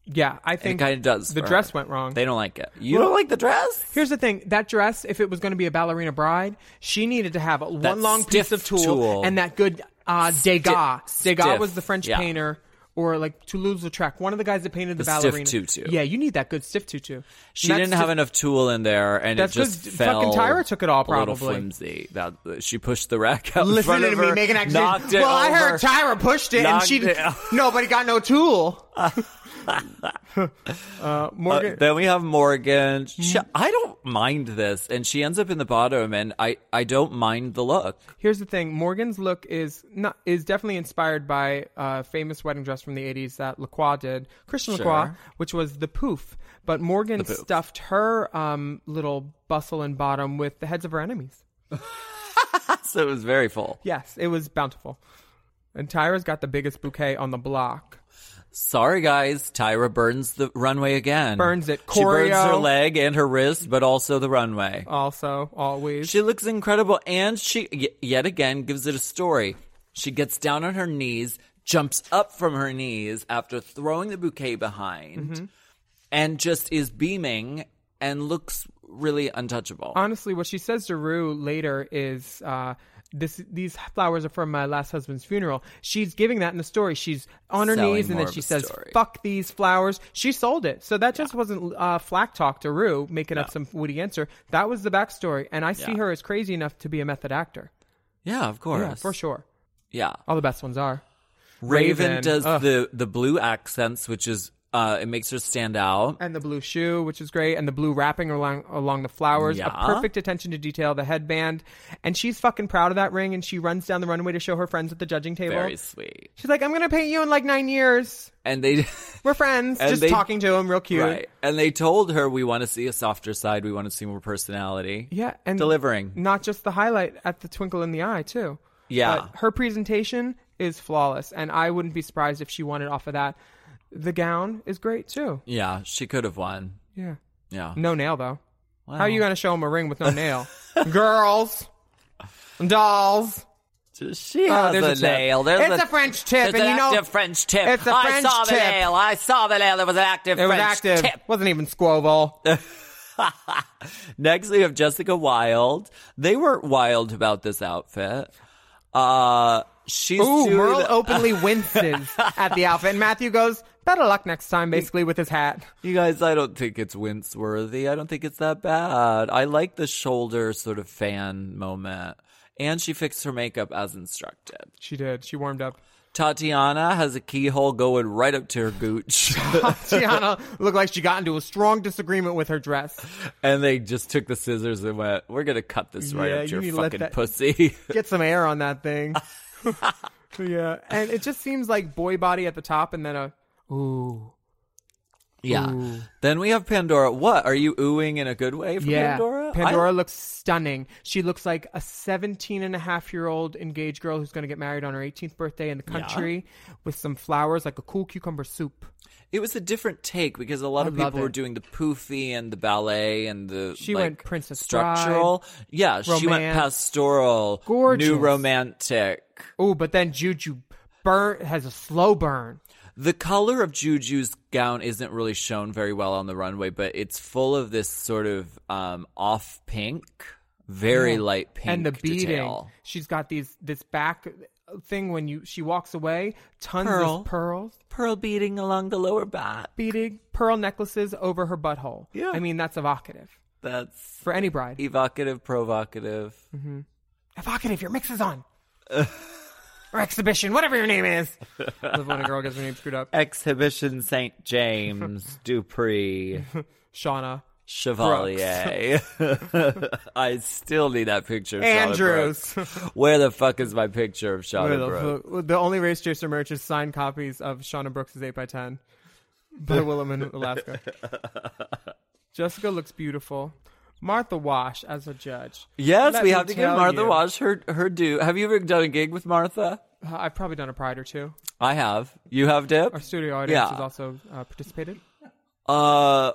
[SPEAKER 2] yeah, I
[SPEAKER 1] It
[SPEAKER 2] think
[SPEAKER 1] kind of does.
[SPEAKER 2] the
[SPEAKER 1] for
[SPEAKER 2] dress
[SPEAKER 1] her.
[SPEAKER 2] went wrong.
[SPEAKER 1] They don't like it. You don't like the dress?
[SPEAKER 2] Here's the thing: that dress, if it was going to be a ballerina bride, she needed to have one
[SPEAKER 1] That
[SPEAKER 2] long piece
[SPEAKER 1] stiff
[SPEAKER 2] of tulle,
[SPEAKER 1] tulle.
[SPEAKER 2] and that good uh, Degas.
[SPEAKER 1] stiff,
[SPEAKER 2] Degas was the French
[SPEAKER 1] yeah.
[SPEAKER 2] painter, or like Toulouse-Lautrec, one of the guys that painted the,
[SPEAKER 1] The stiff
[SPEAKER 2] ballerina
[SPEAKER 1] tutu.
[SPEAKER 2] Yeah, you need that good stiff tutu.
[SPEAKER 1] She
[SPEAKER 2] And that
[SPEAKER 1] didn't have
[SPEAKER 2] stiff-
[SPEAKER 1] enough tulle in there, and
[SPEAKER 2] That's
[SPEAKER 1] it just
[SPEAKER 2] 'cause
[SPEAKER 1] fell.
[SPEAKER 2] fucking Tyra took it all,
[SPEAKER 1] A little
[SPEAKER 2] probably.
[SPEAKER 1] flimsy. That she pushed the rack out. in
[SPEAKER 2] Listen
[SPEAKER 1] front
[SPEAKER 2] to
[SPEAKER 1] of
[SPEAKER 2] me,
[SPEAKER 1] her,
[SPEAKER 2] making accusations.
[SPEAKER 1] knocked it
[SPEAKER 2] well, I
[SPEAKER 1] over.
[SPEAKER 2] heard Tyra pushed it, and
[SPEAKER 1] Knocked
[SPEAKER 2] she
[SPEAKER 1] it out.
[SPEAKER 2] nobody got no tool. uh,
[SPEAKER 1] Uh,
[SPEAKER 2] Morgan,
[SPEAKER 1] then we have Morgan. She,
[SPEAKER 2] Mm-hmm.
[SPEAKER 1] I don't mind this, and she ends up in the bottom, and I I don't mind the look.
[SPEAKER 2] here's the thing: Morgan's look is not is definitely inspired by a famous wedding dress from the '80s that Lacroix did, Christian Lacroix, which was the poof. But Morgan stuffed her um, little bustle and bottom with the heads of her enemies.
[SPEAKER 1] So it was very full.
[SPEAKER 2] Yes, it was bountiful. And Tyra's got the biggest bouquet on the block.
[SPEAKER 1] Sorry, guys. Tyra burns the runway again.
[SPEAKER 2] Burns it.
[SPEAKER 1] She burns
[SPEAKER 2] Choreo.
[SPEAKER 1] her leg and her wrist, but also the runway.
[SPEAKER 2] Also, always.
[SPEAKER 1] She looks incredible, and she y- yet again gives it a story. She gets down on her knees, jumps up from her knees after throwing the bouquet behind,
[SPEAKER 2] Mm-hmm.
[SPEAKER 1] and just is beaming and looks really untouchable.
[SPEAKER 2] honestly, what she says to Rue later is, uh, "This these flowers are from my last husband's funeral." She's giving that in the story. She's on her
[SPEAKER 1] Selling
[SPEAKER 2] knees, and
[SPEAKER 1] more
[SPEAKER 2] then
[SPEAKER 1] of
[SPEAKER 2] she
[SPEAKER 1] a
[SPEAKER 2] says,
[SPEAKER 1] story.
[SPEAKER 2] "Fuck these flowers." She sold it, so that just wasn't uh, flack talk to Rue making up some witty answer. That was the backstory, and I see
[SPEAKER 1] Yeah.
[SPEAKER 2] her as crazy enough to be a method actor
[SPEAKER 1] yeah, of course.
[SPEAKER 2] yeah, for sure.
[SPEAKER 1] Yeah.
[SPEAKER 2] All the best ones are.
[SPEAKER 1] Raven,
[SPEAKER 2] Raven,
[SPEAKER 1] does
[SPEAKER 2] ugh.
[SPEAKER 1] the the blue accents, which is uh, it makes her stand out.
[SPEAKER 2] and the blue shoe, which is great, and the blue wrapping along along the flowers.
[SPEAKER 1] Yeah.
[SPEAKER 2] A perfect attention to detail, the headband, and she's fucking proud of that ring. And she runs down the runway to show her friends at the judging table.
[SPEAKER 1] Very sweet.
[SPEAKER 2] She's like, "I'm gonna paint you in like nine years.
[SPEAKER 1] And they
[SPEAKER 2] We're friends."
[SPEAKER 1] And
[SPEAKER 2] Just
[SPEAKER 1] they-
[SPEAKER 2] talking to him, real cute.
[SPEAKER 1] right, and they told her we want to see a softer side. We want to see more personality.
[SPEAKER 2] Yeah, and
[SPEAKER 1] delivering.
[SPEAKER 2] Not just the highlight at the twinkle in the eye too.
[SPEAKER 1] Yeah.
[SPEAKER 2] But her presentation is flawless, and I wouldn't be surprised if she won it off of that. The gown is great too.
[SPEAKER 1] Yeah, she could have won.
[SPEAKER 2] Yeah.
[SPEAKER 1] Yeah.
[SPEAKER 2] No nail though.
[SPEAKER 1] Wow.
[SPEAKER 2] How are you gonna show him a ring with no nail? Girls, dolls.
[SPEAKER 1] She has
[SPEAKER 2] there's
[SPEAKER 1] a,
[SPEAKER 2] tip.
[SPEAKER 1] nail. Oh, There's
[SPEAKER 2] it's a, French tip,
[SPEAKER 1] it's
[SPEAKER 2] and
[SPEAKER 1] an
[SPEAKER 2] you know
[SPEAKER 1] active French tip.
[SPEAKER 2] It's a
[SPEAKER 1] I
[SPEAKER 2] French
[SPEAKER 1] saw
[SPEAKER 2] tip.
[SPEAKER 1] the nail. I saw the nail. There was an active
[SPEAKER 2] It was
[SPEAKER 1] French
[SPEAKER 2] active.
[SPEAKER 1] tip.
[SPEAKER 2] Wasn't even squoval.
[SPEAKER 1] Next, we have Jessica Wilde. They weren't wild about this outfit. Uh, she's
[SPEAKER 2] Ooh,
[SPEAKER 1] doing-
[SPEAKER 2] Merle openly winces at the outfit, and Matthew goes, "Better luck next time." Basically, with his hat.
[SPEAKER 1] You guys, I don't think it's wince worthy. I don't think it's that bad. I like the shoulder sort of fan moment. And she fixed her makeup as instructed.
[SPEAKER 2] She did. She warmed up.
[SPEAKER 1] Tatiana has a keyhole going right up to her gooch.
[SPEAKER 2] Tiana looked like she got into a strong disagreement with her dress.
[SPEAKER 1] and they just took the scissors and went, We're going to cut this right
[SPEAKER 2] Yeah,
[SPEAKER 1] up
[SPEAKER 2] you
[SPEAKER 1] to
[SPEAKER 2] need
[SPEAKER 1] your
[SPEAKER 2] to let
[SPEAKER 1] fucking
[SPEAKER 2] that-
[SPEAKER 1] pussy.
[SPEAKER 2] Get some air on that thing. yeah, and it just seems like boy body at the top, and then a ooh.
[SPEAKER 1] yeah.
[SPEAKER 2] Ooh.
[SPEAKER 1] Then we have Pandora. What? Are you oohing in a good way for
[SPEAKER 2] Yeah.
[SPEAKER 1] Pandora? I-
[SPEAKER 2] looks stunning. She looks like a 17 and a half year old engaged girl who's going to get married on her 18th birthday in the country with some flowers like a cool cucumber soup.
[SPEAKER 1] It was a different take because a lot
[SPEAKER 2] I
[SPEAKER 1] of
[SPEAKER 2] love
[SPEAKER 1] people were
[SPEAKER 2] it.
[SPEAKER 1] doing the poofy and the ballet and the
[SPEAKER 2] She
[SPEAKER 1] like,
[SPEAKER 2] went Princess
[SPEAKER 1] structural.
[SPEAKER 2] Bride,
[SPEAKER 1] yeah, she went
[SPEAKER 2] romance.
[SPEAKER 1] pastoral,
[SPEAKER 2] Gorgeous.
[SPEAKER 1] new romantic.
[SPEAKER 2] Ooh, but then Juju burn has a slow burn.
[SPEAKER 1] The color of Juju's gown isn't really shown very well on the runway, but it's full of this sort of um, off pink, very
[SPEAKER 2] Yeah.
[SPEAKER 1] light pink,
[SPEAKER 2] and the beading.
[SPEAKER 1] detail.
[SPEAKER 2] She's got these this back thing when you she walks away. Tons
[SPEAKER 1] Pearl.
[SPEAKER 2] of pearls,
[SPEAKER 1] pearl beading along the lower back.
[SPEAKER 2] beading, pearl necklaces over her butthole.
[SPEAKER 1] Yeah.
[SPEAKER 2] I mean that's evocative
[SPEAKER 1] That's
[SPEAKER 2] for any bride.
[SPEAKER 1] evocative, provocative.
[SPEAKER 2] Evocative. Your mix is on. or exhibition, whatever your name is. I love when a girl gets her name screwed up.
[SPEAKER 1] Exhibition St. James Dupree.
[SPEAKER 2] Shauna.
[SPEAKER 1] Chevalier. I still need that picture of Charlotte
[SPEAKER 2] Andrews.
[SPEAKER 1] Brooks. Where the fuck is my picture of Charlotte Brooks?
[SPEAKER 2] The, the only race chaser merch is signed copies of Shauna Brooks' 8x10 by Willem in Alaska. Jessica looks beautiful. Martha Wash as a judge.
[SPEAKER 1] Yes,
[SPEAKER 2] Let
[SPEAKER 1] we
[SPEAKER 2] me
[SPEAKER 1] have to give
[SPEAKER 2] tell
[SPEAKER 1] Martha
[SPEAKER 2] you.
[SPEAKER 1] Wash her her due. Have you ever done a gig with Martha?
[SPEAKER 2] Uh, I've probably done a pride or two.
[SPEAKER 1] I have. You have, Dip?
[SPEAKER 2] Our studio audience
[SPEAKER 1] Yeah.
[SPEAKER 2] has also uh, participated.
[SPEAKER 1] Uh,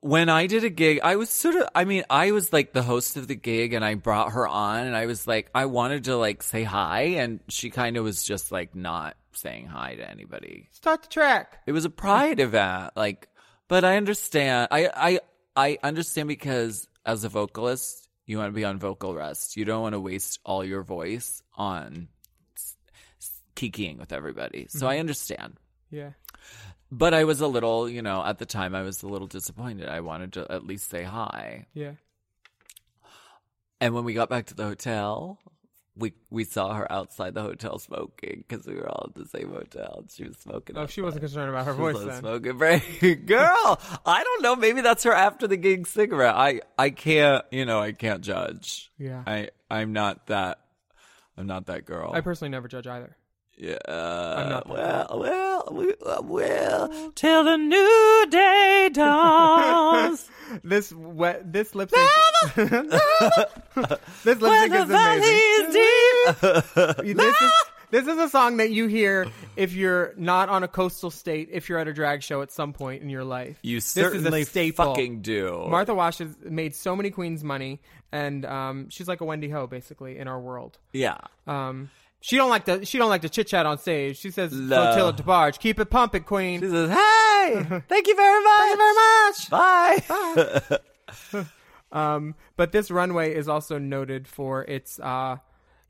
[SPEAKER 1] when I did a gig, I was sort of, I mean, I was like the host of the gig and I brought her on and I was like, I wanted to like say hi and she kind of was just like not saying hi to anybody.
[SPEAKER 2] Start the track.
[SPEAKER 1] It was a pride event, like, but I understand. I I I understand because as a vocalist, you want to be on vocal rest. You don't want to waste all your voice on s- s- kikiing with everybody. So I understand.
[SPEAKER 2] Yeah.
[SPEAKER 1] But I was a little, you know, at the time I was a little disappointed. I wanted to at least say hi.
[SPEAKER 2] Yeah.
[SPEAKER 1] And when we got back to the hotel, we we saw her outside the hotel smoking because we were all at the same hotel. And she was smoking.
[SPEAKER 2] Oh, she wasn't concerned about her
[SPEAKER 1] Uh, She was
[SPEAKER 2] voice
[SPEAKER 1] on a
[SPEAKER 2] then.
[SPEAKER 1] smoking break. Girl, I don't know. Maybe that's her after the gig cigarette. I, I can't, you know, I can't judge.
[SPEAKER 2] Yeah.
[SPEAKER 1] I, I'm not that, I'm not that girl.
[SPEAKER 2] I personally never judge either.
[SPEAKER 1] yeah.
[SPEAKER 2] not that
[SPEAKER 1] oh. Uh, well, well, we- uh, well, till the new day dawns.
[SPEAKER 2] This wet, this lip sync. this lip
[SPEAKER 1] when
[SPEAKER 2] sync
[SPEAKER 1] the
[SPEAKER 2] is
[SPEAKER 1] valley
[SPEAKER 2] amazing.
[SPEAKER 1] is deep.
[SPEAKER 2] this is this is a song that you hear if you're not on a coastal state, if you're at a drag show at some point in your life.
[SPEAKER 1] You
[SPEAKER 2] this
[SPEAKER 1] certainly
[SPEAKER 2] is a staple.
[SPEAKER 1] fucking do.
[SPEAKER 2] Martha Wash has made so many queens money, and um, she's like a Wendy Ho basically in our world.
[SPEAKER 1] yeah.
[SPEAKER 2] Um, she don't like the she don't like the chit chat on stage. She says flotilla debarge, keep it pumping, queen.
[SPEAKER 1] She says, hey, thank you very much. Thank you very much. Bye.
[SPEAKER 2] Um, but this runway is also noted for its uh,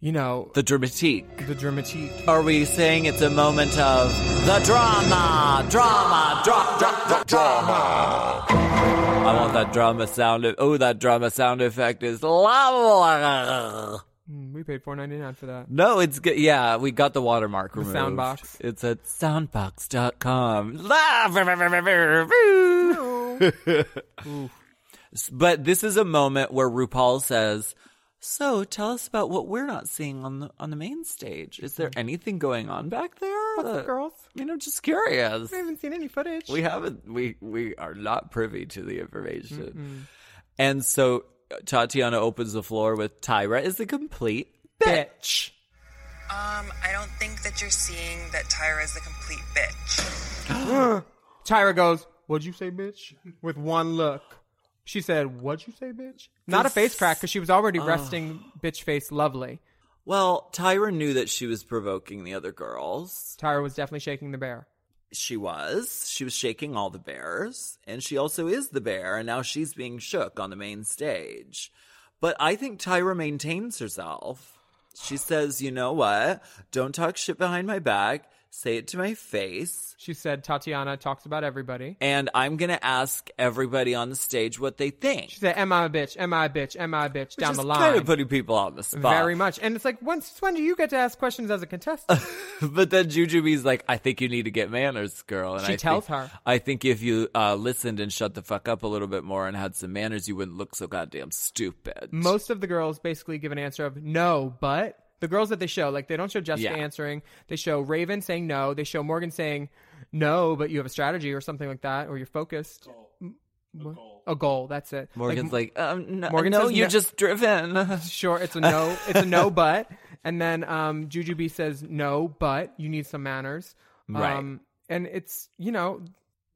[SPEAKER 2] you know,
[SPEAKER 1] The dramatique.
[SPEAKER 2] the dramatique.
[SPEAKER 1] Are we saying it's a moment of the drama, drama, dra- dra- dra- drama? I want that drama sound. e- Oh, that drama sound effect is lava.
[SPEAKER 2] Mm, we paid four ninety nine for that.
[SPEAKER 1] No, it's good. Yeah, we got the watermark removed.
[SPEAKER 2] soundbox.
[SPEAKER 1] It's at soundbox.com. La- but this is a moment where RuPaul says, "So, tell us about what we're not seeing on the on the main stage. Is there anything going on back there?"
[SPEAKER 2] Mm-hmm. What's up,
[SPEAKER 1] that-
[SPEAKER 2] girls?
[SPEAKER 1] You know, just curious.
[SPEAKER 2] I haven't seen any footage.
[SPEAKER 1] We haven't. We we are not privy to the information. And so Tatiana opens the floor with Tyra is the complete bitch.
[SPEAKER 9] Um, I don't think that you're seeing that Tyra is a complete bitch.
[SPEAKER 2] Tyra goes, "What'd you say, bitch?" With one look, she said, "What'd you say, bitch?" Not a face crack because she was already
[SPEAKER 1] Ugh.
[SPEAKER 2] resting bitch face. Lovely.
[SPEAKER 1] Well, Tyra knew that she was provoking the other girls.
[SPEAKER 2] Tyra was definitely shaking the bear.
[SPEAKER 1] She was. She was shaking all the bears, and she also is the bear, and now she's being shook on the main stage. But I think Tyra maintains herself. She says, "You know what? Don't talk shit behind my back. Say it to my face."
[SPEAKER 2] She said, "Tatiana talks about everybody."
[SPEAKER 1] And I'm going to ask everybody on the stage what they think.
[SPEAKER 2] She said, "Am I a bitch? Am I a bitch? Am I a bitch?" Down the
[SPEAKER 1] Just
[SPEAKER 2] line,
[SPEAKER 1] kind of putting people on the spot.
[SPEAKER 2] very much. And it's like, once when do you get to ask questions as a contestant?
[SPEAKER 1] but then Jujubee's like, I think you need to get manners, girl. And
[SPEAKER 2] She
[SPEAKER 1] I
[SPEAKER 2] tells
[SPEAKER 1] think,
[SPEAKER 2] her.
[SPEAKER 1] I think if you uh, listened and shut the fuck up a little bit more and had some manners, you wouldn't look so goddamn stupid.
[SPEAKER 2] Most of the girls basically give an answer of no, but the girls that they show, like they don't show Jessica
[SPEAKER 1] Yeah.
[SPEAKER 2] answering. They show Raven saying no. They show Morgan saying no, but you have a strategy or something like that, or you're focused. M- what? A goal. That's it.
[SPEAKER 1] Morgan's like, um, no,
[SPEAKER 2] Morgan
[SPEAKER 1] no,
[SPEAKER 2] says Um,
[SPEAKER 1] you're just driven.
[SPEAKER 2] sure, it's a no. It's a no, but. And then um, Jujubee says no, but you need some manners.
[SPEAKER 1] Right.
[SPEAKER 2] Um, and it's you know,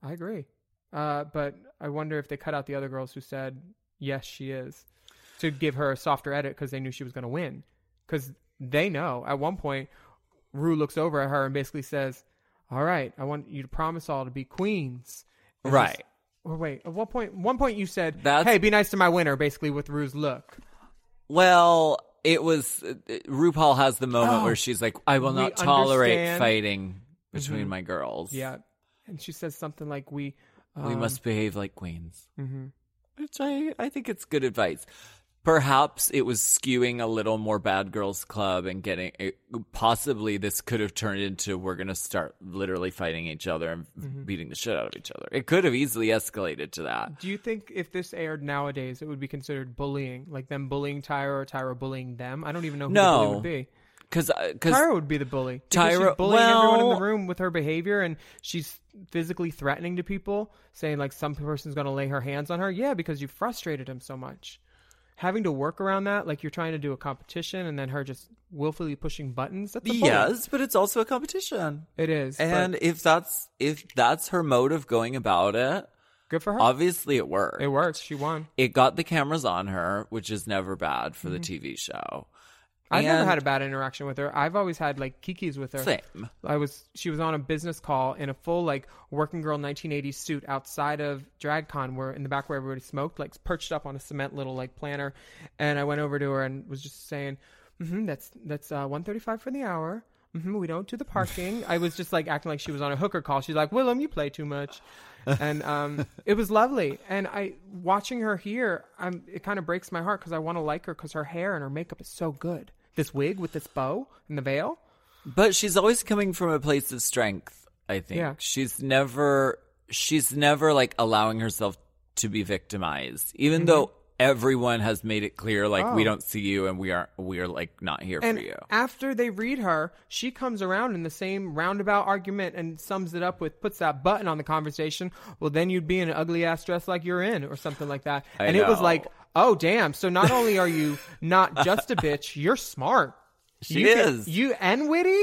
[SPEAKER 2] I agree. Uh, but I wonder if they cut out the other girls who said yes, she is, to give her a softer edit because they knew she was going to win. Because they know at one point, Rue looks over at her and basically says, "All right, I want you to promise all to be queens." And this-
[SPEAKER 1] Right.
[SPEAKER 2] Or wait, at one point, one point you said,
[SPEAKER 1] That's-
[SPEAKER 2] "Hey, be nice to my winner," basically with Rue's look.
[SPEAKER 1] Well, it was uh, RuPaul has the moment
[SPEAKER 2] Oh.
[SPEAKER 1] where she's like, I will
[SPEAKER 2] We
[SPEAKER 1] not tolerate
[SPEAKER 2] understand.
[SPEAKER 1] fighting between
[SPEAKER 2] Mhm.
[SPEAKER 1] my girls.
[SPEAKER 2] Yeah. And she says something like, "We, um,
[SPEAKER 1] We must behave like queens.
[SPEAKER 2] mhm.
[SPEAKER 1] Which I, I think it's good advice. Perhaps it was skewing a little more Bad Girls Club and getting it, possibly this could have turned into we're going to start literally fighting each other and
[SPEAKER 2] Mm-hmm.
[SPEAKER 1] beating the shit out of each other. It could have easily escalated to that.
[SPEAKER 2] Do you think if this aired nowadays, it would be considered bullying, like them bullying Tyra or Tyra bullying them? I don't even know who the bully
[SPEAKER 1] No,
[SPEAKER 2] would be.
[SPEAKER 1] because
[SPEAKER 2] Tyra would be the bully. Because she's
[SPEAKER 1] Tyra-
[SPEAKER 2] bullying everyone in
[SPEAKER 1] well-
[SPEAKER 2] the room with her behavior, and she's physically threatening to people, saying like some person's going to lay her hands on her. Yeah, because you frustrated him so much. Having to work around that, like you're trying to do a competition, and then her just willfully pushing buttons. That's a bully.
[SPEAKER 1] yes, but it's also a competition.
[SPEAKER 2] it is. but
[SPEAKER 1] And if that's if that's her mode of going about it,
[SPEAKER 2] good for her.
[SPEAKER 1] obviously it worked.
[SPEAKER 2] It works. She won.
[SPEAKER 1] It got the cameras on her, which is never bad for the TV show.
[SPEAKER 2] Mm-hmm. I've never
[SPEAKER 1] And-
[SPEAKER 2] had a bad interaction with her. I've always had like kikis with her.
[SPEAKER 1] Same.
[SPEAKER 2] I was she was on a business call in a full like working girl 1980s suit outside of DragCon where in the back where everybody smoked like perched up on a cement little like planter and I went over to her and was just saying, "Mhm, that's that's uh 135 for the hour." hmm we don't do the parking. I was just like acting like she was on a hooker call. She's like, "Willem, you play too much." And um it was lovely. And I watching her here, I'm it kind of breaks my heart cuz I want to like her cuz her hair and her makeup is so good. This wig with this bow and the veil.
[SPEAKER 1] But she's always coming from a place of strength, I think.
[SPEAKER 2] Yeah.
[SPEAKER 1] She's never she's never like allowing herself to be victimized. Even though everyone has made it clear like we
[SPEAKER 2] Mm-hmm. Oh.
[SPEAKER 1] don't see you and we are we're like not here
[SPEAKER 2] and
[SPEAKER 1] for you.
[SPEAKER 2] after they read her, she comes around in the same roundabout argument and sums it up with puts that button on the conversation. Well, then you'd be in an ugly ass dress like you're in, or something like that.
[SPEAKER 1] I
[SPEAKER 2] and it was
[SPEAKER 1] know.
[SPEAKER 2] like, oh damn! So not only are you not just a bitch, you're smart.
[SPEAKER 1] She
[SPEAKER 2] You can-
[SPEAKER 1] is.
[SPEAKER 2] you and witty.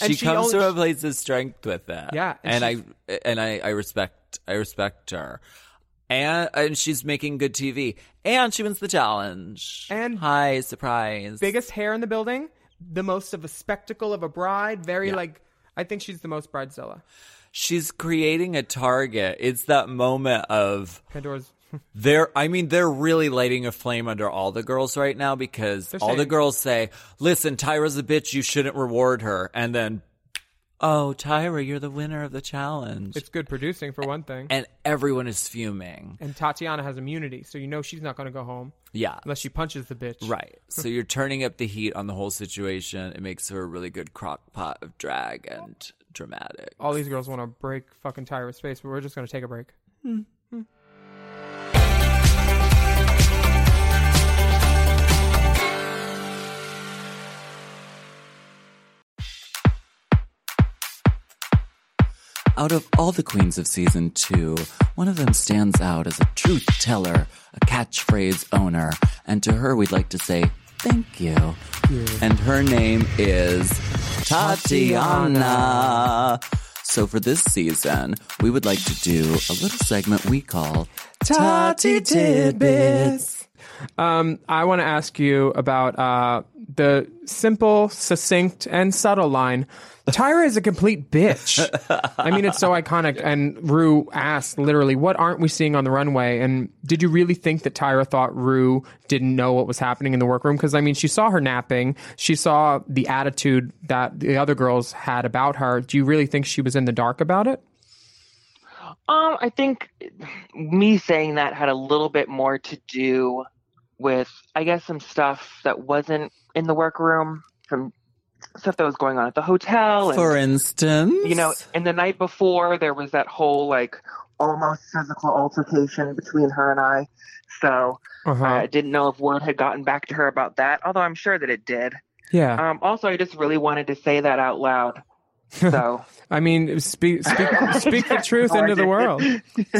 [SPEAKER 1] She, comes from a place of strength with that.
[SPEAKER 2] Yeah,
[SPEAKER 1] And,
[SPEAKER 2] and
[SPEAKER 1] I and I, I respect I respect her. And and she's making good TV. And she wins the challenge.
[SPEAKER 2] And-
[SPEAKER 1] hi, surprise.
[SPEAKER 2] biggest hair in the building, the most of a spectacle of a bride. Very like, I think she's the most bridezilla.
[SPEAKER 1] She's creating a target. It's that moment of
[SPEAKER 2] Pandora's.
[SPEAKER 1] They're, I mean, they're really lighting a flame under all the girls right now because all the
[SPEAKER 2] saying-
[SPEAKER 1] girls say, listen, Tyra's a bitch. You shouldn't reward her. And then oh, Tyra, you're the winner of the challenge.
[SPEAKER 2] It's good producing for one thing.
[SPEAKER 1] And everyone is fuming.
[SPEAKER 2] And Tatiana has immunity, so you know she's not going to go home.
[SPEAKER 1] Yeah.
[SPEAKER 2] Unless she punches the bitch.
[SPEAKER 1] Right. So you're turning up the heat on the whole situation. It makes for a really good crock pot of drag and dramatic.
[SPEAKER 2] All these girls want to break fucking Tyra's face, but we're just going to take a break.
[SPEAKER 1] Out of all the queens of season two, one of them stands out as a truth teller, a catchphrase owner, and to her we'd like to say thank you. And her name is Tatiana. So for this season, we would like to do a little segment we call Tati Tidbits.
[SPEAKER 2] Um, I want to ask you about uh, the simple, succinct, and subtle line. Tyra is a complete bitch. I mean, it's so iconic. And Rue asked, literally, what aren't we seeing on the runway? And did you really think that Tyra thought Rue didn't know what was happening in the workroom? Because, I mean, she saw her napping. She saw the attitude that the other girls had about her. Do you really think she was in the dark about it?
[SPEAKER 11] Um, I think me saying that had a little bit more to do with, I guess, some stuff that wasn't in the workroom, from stuff that was going on at the hotel. And,
[SPEAKER 1] For instance,
[SPEAKER 11] you know, and the night before there was that whole like almost physical altercation between her and I. So
[SPEAKER 2] Uh-huh.
[SPEAKER 11] I didn't know if word had gotten back to her about that, although I'm sure that it did.
[SPEAKER 2] Yeah.
[SPEAKER 11] Um, also, I just really wanted to say that out loud. So
[SPEAKER 2] I mean, speak speak, speak the truth into the world.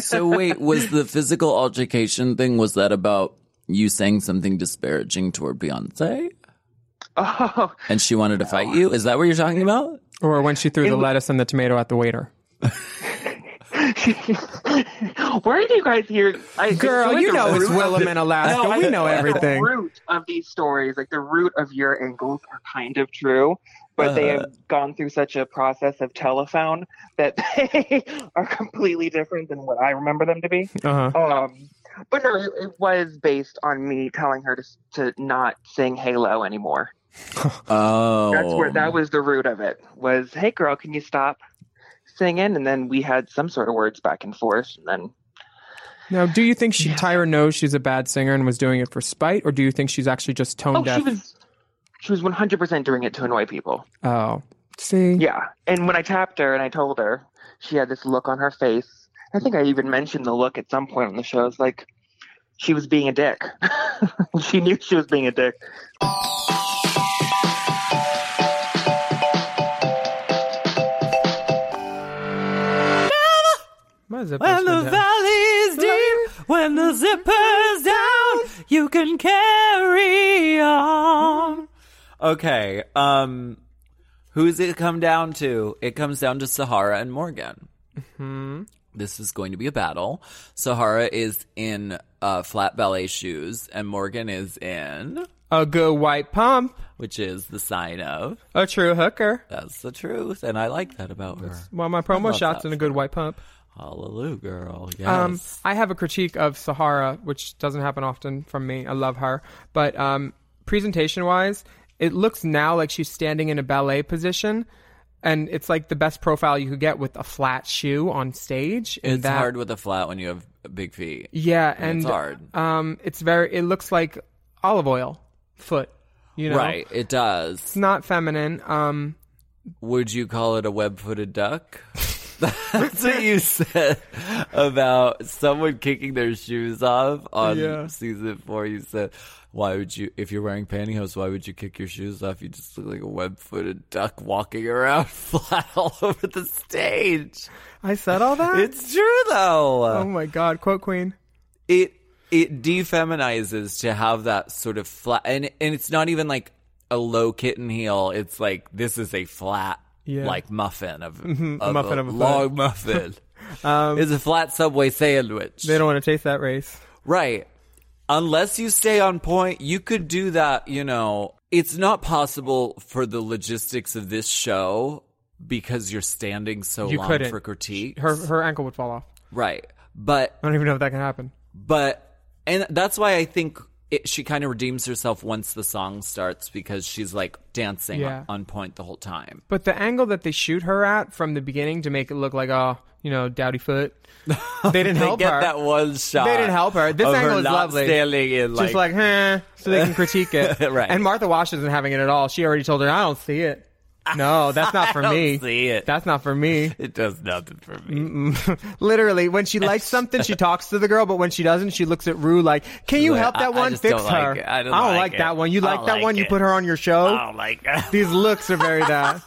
[SPEAKER 1] so wait, was the physical altercation thing was that about you saying something disparaging toward Beyonce?
[SPEAKER 11] Oh.
[SPEAKER 1] And she wanted to fight you? Is that what you're talking about?
[SPEAKER 2] Or when she threw
[SPEAKER 1] It
[SPEAKER 2] the
[SPEAKER 1] was-
[SPEAKER 2] lettuce and the tomato at the waiter.
[SPEAKER 11] Where did you guys hear? I,
[SPEAKER 2] Girl,
[SPEAKER 11] like
[SPEAKER 2] you
[SPEAKER 11] the
[SPEAKER 2] know it's
[SPEAKER 11] root of
[SPEAKER 2] Willem
[SPEAKER 11] the-
[SPEAKER 2] in Alaska.
[SPEAKER 11] I
[SPEAKER 2] We
[SPEAKER 11] think
[SPEAKER 2] know
[SPEAKER 11] the
[SPEAKER 2] everything.
[SPEAKER 11] root of these stories, like the root of your angles, are kind of true, but they
[SPEAKER 1] Uh.
[SPEAKER 2] Uh-huh.
[SPEAKER 11] have gone through such a process of telephone that they are completely different than what I remember them to be.
[SPEAKER 2] Uh-huh.
[SPEAKER 11] Um, but no, it, it was based on me telling her to s- to not sing Halo anymore.
[SPEAKER 1] Oh.
[SPEAKER 11] That's where that was the root of it. Was hey girl, can you stop singing? And then we had some sort of words back and forth, and then
[SPEAKER 2] Now, do you think she Tyra knows she's a bad singer and was doing it for spite, or do you think she's actually just tone
[SPEAKER 11] oh,
[SPEAKER 2] deaf?
[SPEAKER 11] she was she was one hundred percent doing it to annoy people.
[SPEAKER 2] oh, see,
[SPEAKER 11] Yeah, and when I tapped her and I told her, she had this look on her face. I think I even mentioned the look at some point on the show. It's like she was being a dick. she knew she was being a dick.
[SPEAKER 2] My zipper's
[SPEAKER 1] When
[SPEAKER 2] been
[SPEAKER 1] the
[SPEAKER 2] down.
[SPEAKER 1] valley's deep, when the zipper's down, you can carry on. Okay, um, who's it come down to? It comes down to Sahara and Morgan. Mm-hmm.
[SPEAKER 2] Hmm.
[SPEAKER 1] This is going to be a battle. Sahara is in uh, flat ballet shoes, and Morgan is in,
[SPEAKER 2] A good white pump,
[SPEAKER 1] which is the sign of
[SPEAKER 2] a true hooker.
[SPEAKER 1] that's the truth, and I like that about her.
[SPEAKER 2] Well, my
[SPEAKER 1] I
[SPEAKER 2] promo
[SPEAKER 1] love
[SPEAKER 2] shots
[SPEAKER 1] that.
[SPEAKER 2] and a good white pump.
[SPEAKER 1] Hallelujah, girl. Yes.
[SPEAKER 2] Um, I have a critique of Sahara, which doesn't happen often from me. I love her, but um, presentation-wise, it looks now like she's standing in a ballet position, and it's like the best profile you could get with a flat shoe on stage. and
[SPEAKER 1] it's
[SPEAKER 2] that-
[SPEAKER 1] hard with a flat when you have big feet.
[SPEAKER 2] Yeah,
[SPEAKER 1] I mean,
[SPEAKER 2] and
[SPEAKER 1] it's hard.
[SPEAKER 2] Um, it's very. It looks like olive oil foot. You know,
[SPEAKER 1] Right, it does.
[SPEAKER 2] It's not feminine. Um,
[SPEAKER 1] Would you call it a web footed duck? That's what you said about someone kicking their shoes off on
[SPEAKER 2] Yeah.
[SPEAKER 1] season four. You said, Why would you, if you're wearing pantyhose, why would you kick your shoes off? You just look like a web footed duck walking around flat all over the stage.
[SPEAKER 2] I said all that.
[SPEAKER 1] It's true though.
[SPEAKER 2] oh my god, quote queen.
[SPEAKER 1] it it defeminizes to have that sort of flat and and it's not even like a low kitten heel it's like this is a flat
[SPEAKER 2] Yeah.
[SPEAKER 1] like muffin of,
[SPEAKER 2] Mhm, a
[SPEAKER 1] of
[SPEAKER 2] muffin of a
[SPEAKER 1] long
[SPEAKER 2] foot.
[SPEAKER 1] muffin
[SPEAKER 2] Um,
[SPEAKER 1] it's a flat subway sandwich
[SPEAKER 2] They don't want to taste that race.
[SPEAKER 1] right unless you stay on point you could do that you know it's not possible for the logistics of this show because you're standing so
[SPEAKER 2] You
[SPEAKER 1] long
[SPEAKER 2] couldn't.
[SPEAKER 1] for critique
[SPEAKER 2] Her her ankle would fall off.
[SPEAKER 1] right but
[SPEAKER 2] I don't even know if that can happen.
[SPEAKER 1] but and that's why I think it, she kind of redeems herself once the song starts because she's like dancing
[SPEAKER 2] Yeah.
[SPEAKER 1] on point the whole time.
[SPEAKER 2] But the angle that they shoot her at from the beginning to make it look like, oh, you know, dowdy foot. They didn't
[SPEAKER 1] They
[SPEAKER 2] help
[SPEAKER 1] get
[SPEAKER 2] her.
[SPEAKER 1] that one shot.
[SPEAKER 2] They didn't help her. This
[SPEAKER 1] of
[SPEAKER 2] angle
[SPEAKER 1] her
[SPEAKER 2] is
[SPEAKER 1] not
[SPEAKER 2] lovely.
[SPEAKER 1] Standing in like,
[SPEAKER 2] Just like, huh, so they can critique it.
[SPEAKER 1] Right.
[SPEAKER 2] And Martha Wash isn't having it at all. She already told her, I don't see it. No, that's not for
[SPEAKER 1] I don't
[SPEAKER 2] me. Mm-hmm.
[SPEAKER 1] see it.
[SPEAKER 2] That's not for me.
[SPEAKER 1] It does nothing for me.
[SPEAKER 2] Mm-mm. Literally, when she likes something, she talks to the girl, but when she doesn't, she looks at Rue like, "Can you
[SPEAKER 1] Like,
[SPEAKER 2] help
[SPEAKER 1] I-
[SPEAKER 2] that
[SPEAKER 1] I
[SPEAKER 2] one?
[SPEAKER 1] just
[SPEAKER 2] Fix
[SPEAKER 1] don't like
[SPEAKER 2] her.
[SPEAKER 1] it. I don't like
[SPEAKER 2] like
[SPEAKER 1] it.
[SPEAKER 2] that one. You
[SPEAKER 1] I
[SPEAKER 2] like
[SPEAKER 1] don't
[SPEAKER 2] that
[SPEAKER 1] like
[SPEAKER 2] one? You
[SPEAKER 1] it. Oh.
[SPEAKER 2] put her on your show.
[SPEAKER 1] I don't like it.
[SPEAKER 2] These looks are very that.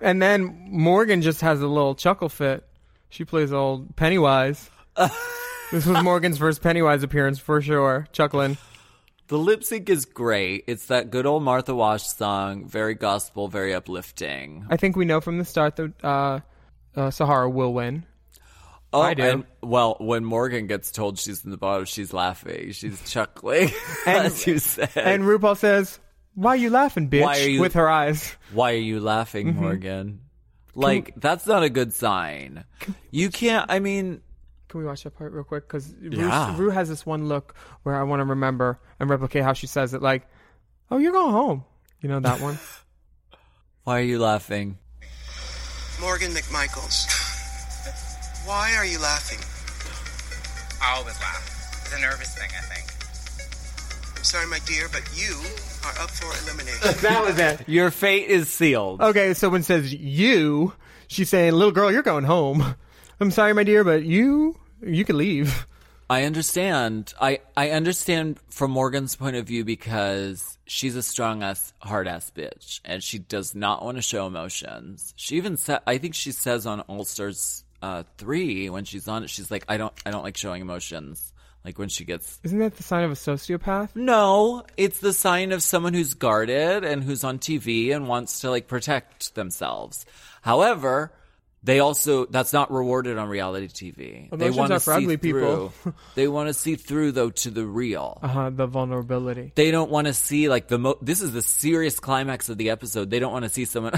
[SPEAKER 2] and then Morgan just has a little chuckle fit. She plays old Pennywise. this was Morgan's first Pennywise appearance for sure. Chuckling.
[SPEAKER 1] The lip sync is great. It's that good old Martha Wash song, very gospel, very uplifting.
[SPEAKER 2] I think we know from the start that uh, uh, Sahara will win.
[SPEAKER 1] Oh,
[SPEAKER 2] I do.
[SPEAKER 1] And, well, when Morgan gets told she's in the bottom, she's laughing. She's chuckling, as you said.
[SPEAKER 2] And RuPaul says, "Why you laughing, bitch?"
[SPEAKER 1] Why are you-
[SPEAKER 2] With her eyes.
[SPEAKER 1] Why are you laughing,
[SPEAKER 2] Mhm.
[SPEAKER 1] Morgan? Like, that's not a good sign. You can't, I mean,
[SPEAKER 2] Can we watch that part real quick? Because Rue,
[SPEAKER 1] Yeah.
[SPEAKER 2] Rue has this one look where I want to remember and replicate how she says it, like, "Oh, you're going home." You know that one.
[SPEAKER 1] why are you laughing?
[SPEAKER 12] Morgan McMichaels. Why are you laughing?
[SPEAKER 13] I always laugh. It's a nervous thing, I think.
[SPEAKER 12] I'm sorry, my dear, but you are up for elimination.
[SPEAKER 2] it.
[SPEAKER 1] Your fate is sealed.
[SPEAKER 2] okay, so when it says you, she's saying, "Little girl, you're going home." I'm sorry, my dear, but you, you can leave.
[SPEAKER 1] I understand. I, I understand from Morgan's point of view because she's a strong ass, hard ass bitch, and she does not want to show emotions. She even said, I think she says on All Stars uh, three when she's on it, she's like, I don't, I don't like showing emotions. Like when she gets
[SPEAKER 2] Isn't that the sign of a sociopath?
[SPEAKER 1] No, it's the sign of someone who's guarded and who's on TV and wants to like protect themselves. However, they also that's not rewarded on reality TV. they
[SPEAKER 2] Emotions
[SPEAKER 1] want to
[SPEAKER 2] are for
[SPEAKER 1] see
[SPEAKER 2] ugly people.
[SPEAKER 1] through. they want to see through though to the real.
[SPEAKER 2] Uh huh. The vulnerability.
[SPEAKER 1] They don't want to see like the mo- this is the serious climax of the episode. They don't want to see someone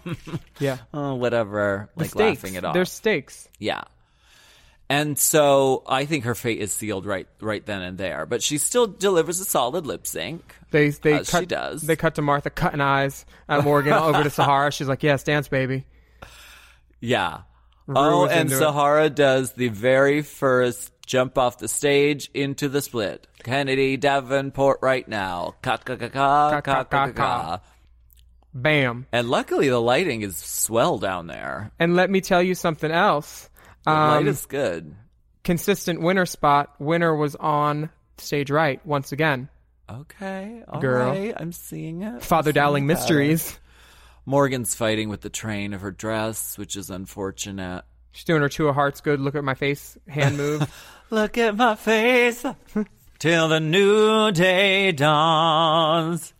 [SPEAKER 2] Yeah.
[SPEAKER 1] oh, whatever
[SPEAKER 2] The
[SPEAKER 1] like
[SPEAKER 2] stakes.
[SPEAKER 1] laughing it off.
[SPEAKER 2] There's stakes.
[SPEAKER 1] Yeah. And so I think her fate is sealed right right then and there. But she still delivers a solid lip sync.
[SPEAKER 2] They they
[SPEAKER 1] As
[SPEAKER 2] cut,
[SPEAKER 1] she does.
[SPEAKER 2] They cut to Martha cutting eyes at Morgan over to Sahara. She's like, "Yes, dance, baby."
[SPEAKER 1] Yeah.
[SPEAKER 2] Rue
[SPEAKER 1] Oh,
[SPEAKER 2] was
[SPEAKER 1] and
[SPEAKER 2] into it.
[SPEAKER 1] Sahara does the very first jump off the stage into the split. Kennedy Davenport right now. Ka ka ka ka ka ka ka.
[SPEAKER 2] Bam.
[SPEAKER 1] And luckily the lighting is swell down there.
[SPEAKER 2] And let me tell you something else.
[SPEAKER 1] The light
[SPEAKER 2] Um,
[SPEAKER 1] is good.
[SPEAKER 2] consistent winner spot. Winner was on stage right once again.
[SPEAKER 1] Okay. all
[SPEAKER 2] Girl.
[SPEAKER 1] right, I'm seeing it. I'm
[SPEAKER 2] Father
[SPEAKER 1] seeing
[SPEAKER 2] Dowling
[SPEAKER 1] it.
[SPEAKER 2] Mysteries.
[SPEAKER 1] Morgan's fighting with the train of her dress, which is unfortunate.
[SPEAKER 2] She's doing her two of hearts good. Look at my face hand move.
[SPEAKER 1] Look at my face till the new day dawns.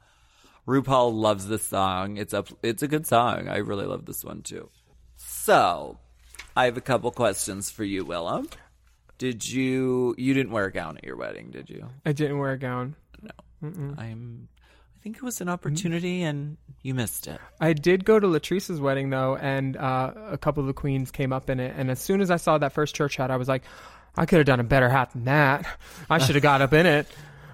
[SPEAKER 1] RuPaul loves this song. It's up. It's a good song. I really love this one too. So, I have a couple questions for you, Willem. Did you you didn't wear a gown at your wedding, did you?
[SPEAKER 2] I didn't wear a gown. No.
[SPEAKER 1] I'm. I think it was an opportunity,
[SPEAKER 2] Mm-hmm.
[SPEAKER 1] and you missed it.
[SPEAKER 2] I did go to Latrice's wedding though, and uh, a couple of the queens came up in it. And as soon as I saw that first church hat, I was like, I could have done a better hat than that. I should have got up in it.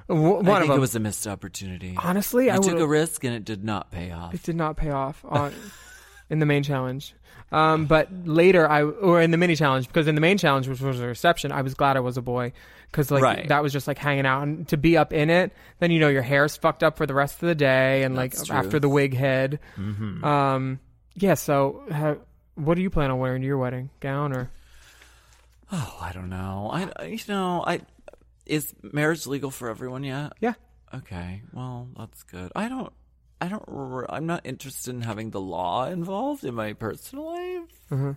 [SPEAKER 2] W- One
[SPEAKER 1] I
[SPEAKER 2] of
[SPEAKER 1] think
[SPEAKER 2] them.
[SPEAKER 1] it was a missed opportunity.
[SPEAKER 2] Honestly,
[SPEAKER 1] you
[SPEAKER 2] I
[SPEAKER 1] took
[SPEAKER 2] would've-
[SPEAKER 1] a risk, and it did not pay off.
[SPEAKER 2] It did not pay off on in the main challenge. Um, but later, I or in the mini challenge because in the main challenge, which was a reception, I was glad I was a boy because like
[SPEAKER 1] Right.
[SPEAKER 2] that was just like hanging out and to be up in it. Then you know your hair's fucked up for the rest of the day and like
[SPEAKER 1] That's true.
[SPEAKER 2] after the wig head.
[SPEAKER 1] Mhm.
[SPEAKER 2] Um, yeah. So, how, what do you plan on wearing to your wedding gown or?
[SPEAKER 1] Oh, I don't know. I I- you know I is marriage legal for everyone yet?
[SPEAKER 2] Yeah.
[SPEAKER 1] Okay. Well, that's good. I don't. I don't. re- I'm not interested in having the law involved in my personal life.
[SPEAKER 2] Mhm. You're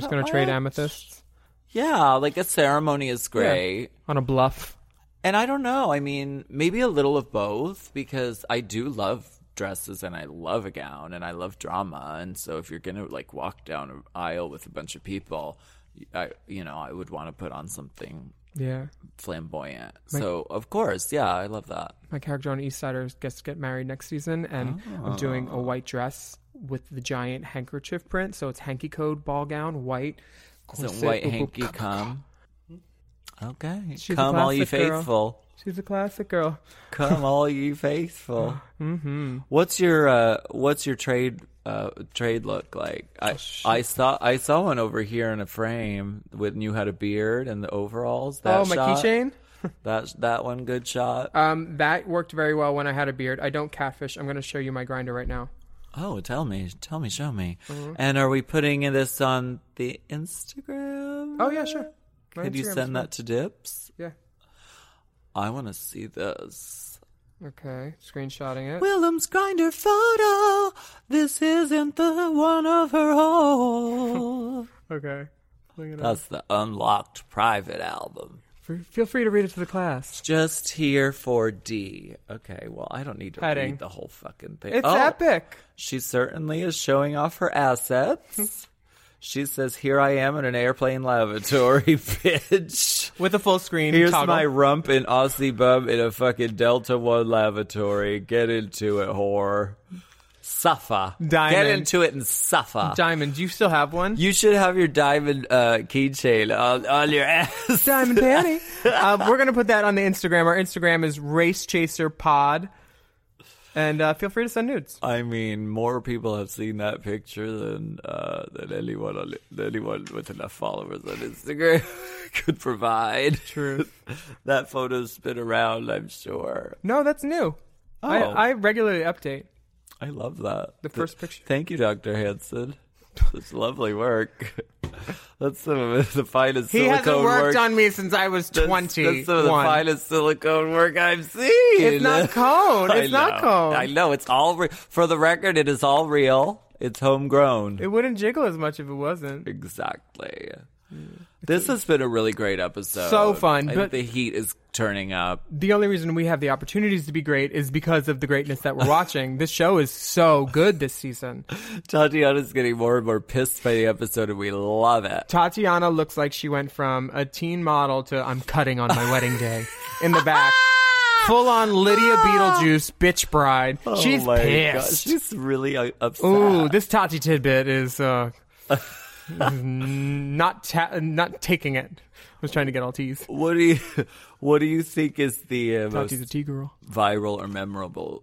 [SPEAKER 2] just gonna trade
[SPEAKER 1] What?
[SPEAKER 2] amethysts
[SPEAKER 1] Yeah, like a ceremony is great.
[SPEAKER 2] on a bluff.
[SPEAKER 1] And I don't know. I mean, maybe a little of both because I do love dresses and I love a gown and I love drama. And so if you're going to like walk down an aisle with a bunch of people, I, you know, I would want to put on something
[SPEAKER 2] Yeah.
[SPEAKER 1] flamboyant.
[SPEAKER 2] Like-
[SPEAKER 1] so, of course, yeah, I love that.
[SPEAKER 2] My character on East Eastsiders gets to get married next season, and I'm doing
[SPEAKER 1] Ah.
[SPEAKER 2] a white dress with the giant handkerchief print. So it's hanky code ball gown, white.
[SPEAKER 1] So
[SPEAKER 2] corset,
[SPEAKER 1] white
[SPEAKER 2] boop, boop,
[SPEAKER 1] hanky
[SPEAKER 2] ka- ka-
[SPEAKER 1] come. Okay.
[SPEAKER 2] She's a
[SPEAKER 8] Come, all ye
[SPEAKER 2] classic girl.
[SPEAKER 8] faithful.
[SPEAKER 2] She's a classic girl.
[SPEAKER 8] Come, all ye faithful.
[SPEAKER 2] Mhm.
[SPEAKER 1] What's your uh, What's your trade uh, trade look like? I
[SPEAKER 2] Oh,
[SPEAKER 1] I saw I saw one over here in a frame with you had a beard and the overalls. That
[SPEAKER 2] Oh, my
[SPEAKER 1] shot.
[SPEAKER 2] keychain?
[SPEAKER 1] that that one good shot.
[SPEAKER 2] Um, that worked very well when I had a beard. I don't catfish. I'm going to show you my grinder right now.
[SPEAKER 1] Oh, tell me, tell me, show me.
[SPEAKER 2] Mhm.
[SPEAKER 1] And are we putting this on the Instagram?
[SPEAKER 2] Oh yeah, sure. My
[SPEAKER 1] Could you
[SPEAKER 2] Instagram is
[SPEAKER 1] send
[SPEAKER 2] fine.
[SPEAKER 1] that to Dips?
[SPEAKER 2] Yeah.
[SPEAKER 1] I want to see this.
[SPEAKER 2] Okay, screenshotting it.
[SPEAKER 1] Willem's grinder photo. This isn't the one of her whole.
[SPEAKER 2] okay. Bring it
[SPEAKER 1] That's the unlocked private album.
[SPEAKER 2] up. F- Feel free to read it to the class.
[SPEAKER 1] Just here for D. Okay, well, I don't need to
[SPEAKER 2] Heading.
[SPEAKER 1] read the whole fucking thing.
[SPEAKER 2] It's
[SPEAKER 1] Oh,
[SPEAKER 2] epic.
[SPEAKER 1] She certainly is showing off her assets. she says, Here I am in an airplane lavatory, bitch.
[SPEAKER 2] With a full screen.
[SPEAKER 1] Here's
[SPEAKER 2] toggle.
[SPEAKER 1] my rump in Aussie bum in a fucking Delta One lavatory. Get into it, whore. Suffer.
[SPEAKER 2] Diamond.
[SPEAKER 1] Get into it and suffer.
[SPEAKER 2] diamond. Do you still have one?
[SPEAKER 1] You should have your diamond uh, keychain on, on your ass.
[SPEAKER 2] Diamond panty. um, we're gonna put that on the Instagram. Our Instagram is Race Chaser Pod, and uh, feel free to send nudes.
[SPEAKER 1] I mean, more people have seen that picture than uh, than anyone on, than anyone with enough followers on Instagram could provide.
[SPEAKER 2] True.
[SPEAKER 1] that photo's been around, I'm sure.
[SPEAKER 2] No, that's new. I,
[SPEAKER 1] Oh.
[SPEAKER 2] I regularly update.
[SPEAKER 1] I love that.
[SPEAKER 2] The first picture.
[SPEAKER 1] Thank you, Dr. Hanson. That's lovely work. That's some of the finest
[SPEAKER 2] He
[SPEAKER 1] silicone
[SPEAKER 2] hasn't worked
[SPEAKER 1] work.
[SPEAKER 2] on me since I was twenty.
[SPEAKER 1] That's some of the finest silicone work I've seen.
[SPEAKER 2] It's not cone.
[SPEAKER 1] I
[SPEAKER 2] It's not
[SPEAKER 1] know.
[SPEAKER 2] cone.
[SPEAKER 1] I know. It's all re- for the record. It is all real. It's homegrown.
[SPEAKER 2] It wouldn't jiggle as much if it wasn't.
[SPEAKER 1] Exactly. This has been a really great episode.
[SPEAKER 2] So fun,
[SPEAKER 1] I
[SPEAKER 2] but-
[SPEAKER 1] think the heat is turning up.
[SPEAKER 2] The only reason we have the opportunities to be great is because of the greatness that we're watching. this show is so good this season.
[SPEAKER 1] Tatiana's getting more and more pissed by the episode, and we love it.
[SPEAKER 2] Tatiana looks like she went from a teen model to I'm cutting on my wedding day in the back. Full on Lydia Beetlejuice bitch bride.
[SPEAKER 1] Oh
[SPEAKER 2] She's
[SPEAKER 1] my
[SPEAKER 2] pissed.
[SPEAKER 1] gosh, she's really uh, upset.
[SPEAKER 2] Ooh, this Tati tidbit is uh, not ta- not taking it. I was trying to get all teeth.
[SPEAKER 1] What do you What do you think is the uh,
[SPEAKER 2] Tati's
[SPEAKER 1] most
[SPEAKER 2] a tea girl.
[SPEAKER 1] viral or memorable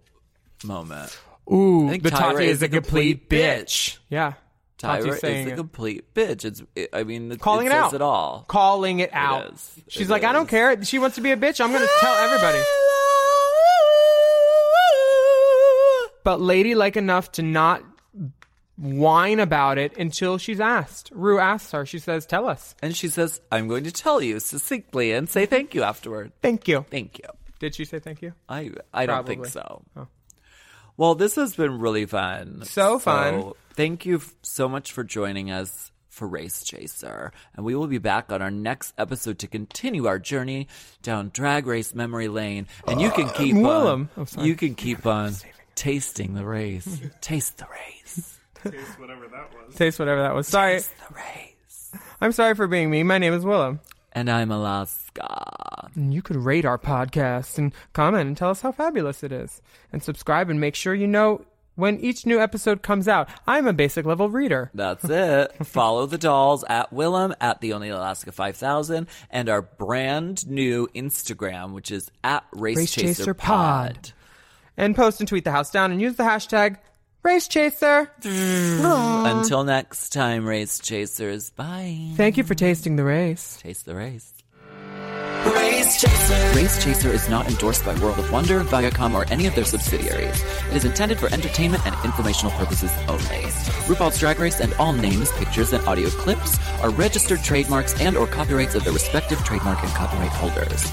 [SPEAKER 1] moment?
[SPEAKER 2] Ooh,
[SPEAKER 1] I think
[SPEAKER 2] the
[SPEAKER 1] Tyra
[SPEAKER 2] Tati is a complete bitch. Yeah, Tati's
[SPEAKER 1] Tyra
[SPEAKER 2] saying
[SPEAKER 1] is a
[SPEAKER 2] it.
[SPEAKER 1] complete bitch. It's it, I mean, it,
[SPEAKER 2] calling it,
[SPEAKER 1] says
[SPEAKER 2] out
[SPEAKER 1] it all.
[SPEAKER 2] calling it out
[SPEAKER 1] is.
[SPEAKER 2] she's
[SPEAKER 1] It
[SPEAKER 2] like i don't care she wants to be a bitch i'm gonna tell everybody but lady like enough to not whine about it until she's asked rue asks her she says tell us
[SPEAKER 1] And she says, "I'm going to tell you succinctly and say thank you afterward."
[SPEAKER 2] Thank you.
[SPEAKER 1] Thank you.
[SPEAKER 2] did she say thank you
[SPEAKER 1] I I don't think
[SPEAKER 2] Probably.
[SPEAKER 1] so.
[SPEAKER 2] Oh.
[SPEAKER 1] Well, this has been really fun.
[SPEAKER 2] So fun.
[SPEAKER 1] Thank you f- so much for joining us for Race Chaser. And we will be back on our next episode to continue our journey down drag race memory lane. And you can keep
[SPEAKER 2] Willem.
[SPEAKER 1] on
[SPEAKER 2] Oh, Uh, sorry.
[SPEAKER 1] you can keep on tasting the race. Taste the race.
[SPEAKER 5] Taste whatever that was.
[SPEAKER 2] taste whatever that was sorry
[SPEAKER 1] the race.
[SPEAKER 2] i'm sorry for being me my name is willem
[SPEAKER 1] And I'm Alaska.
[SPEAKER 2] and you could rate our podcast and comment and tell us how fabulous it is and subscribe and make sure you know when each new episode comes out i'm a basic level reader
[SPEAKER 1] That's it. Follow the dolls at Willem at the Only Alaska 5000 and our brand new Instagram, which is at Race,
[SPEAKER 2] Race
[SPEAKER 1] Chaser,
[SPEAKER 2] Chaser
[SPEAKER 1] Pod.
[SPEAKER 2] Pod. and post and tweet the house down and use the hashtag racechaser.
[SPEAKER 1] Until next time, Race Chasers. Bye.
[SPEAKER 2] Thank you for tasting the race.
[SPEAKER 1] Taste the race.
[SPEAKER 4] Race chaser.
[SPEAKER 1] Race Chaser is not endorsed by World of Wonder, Viacom, or any of their subsidiaries. It is intended for entertainment and informational purposes only. RuPaul's Drag Race and all names, pictures, and audio clips are registered trademarks and or copyrights of their respective trademark and copyright holders.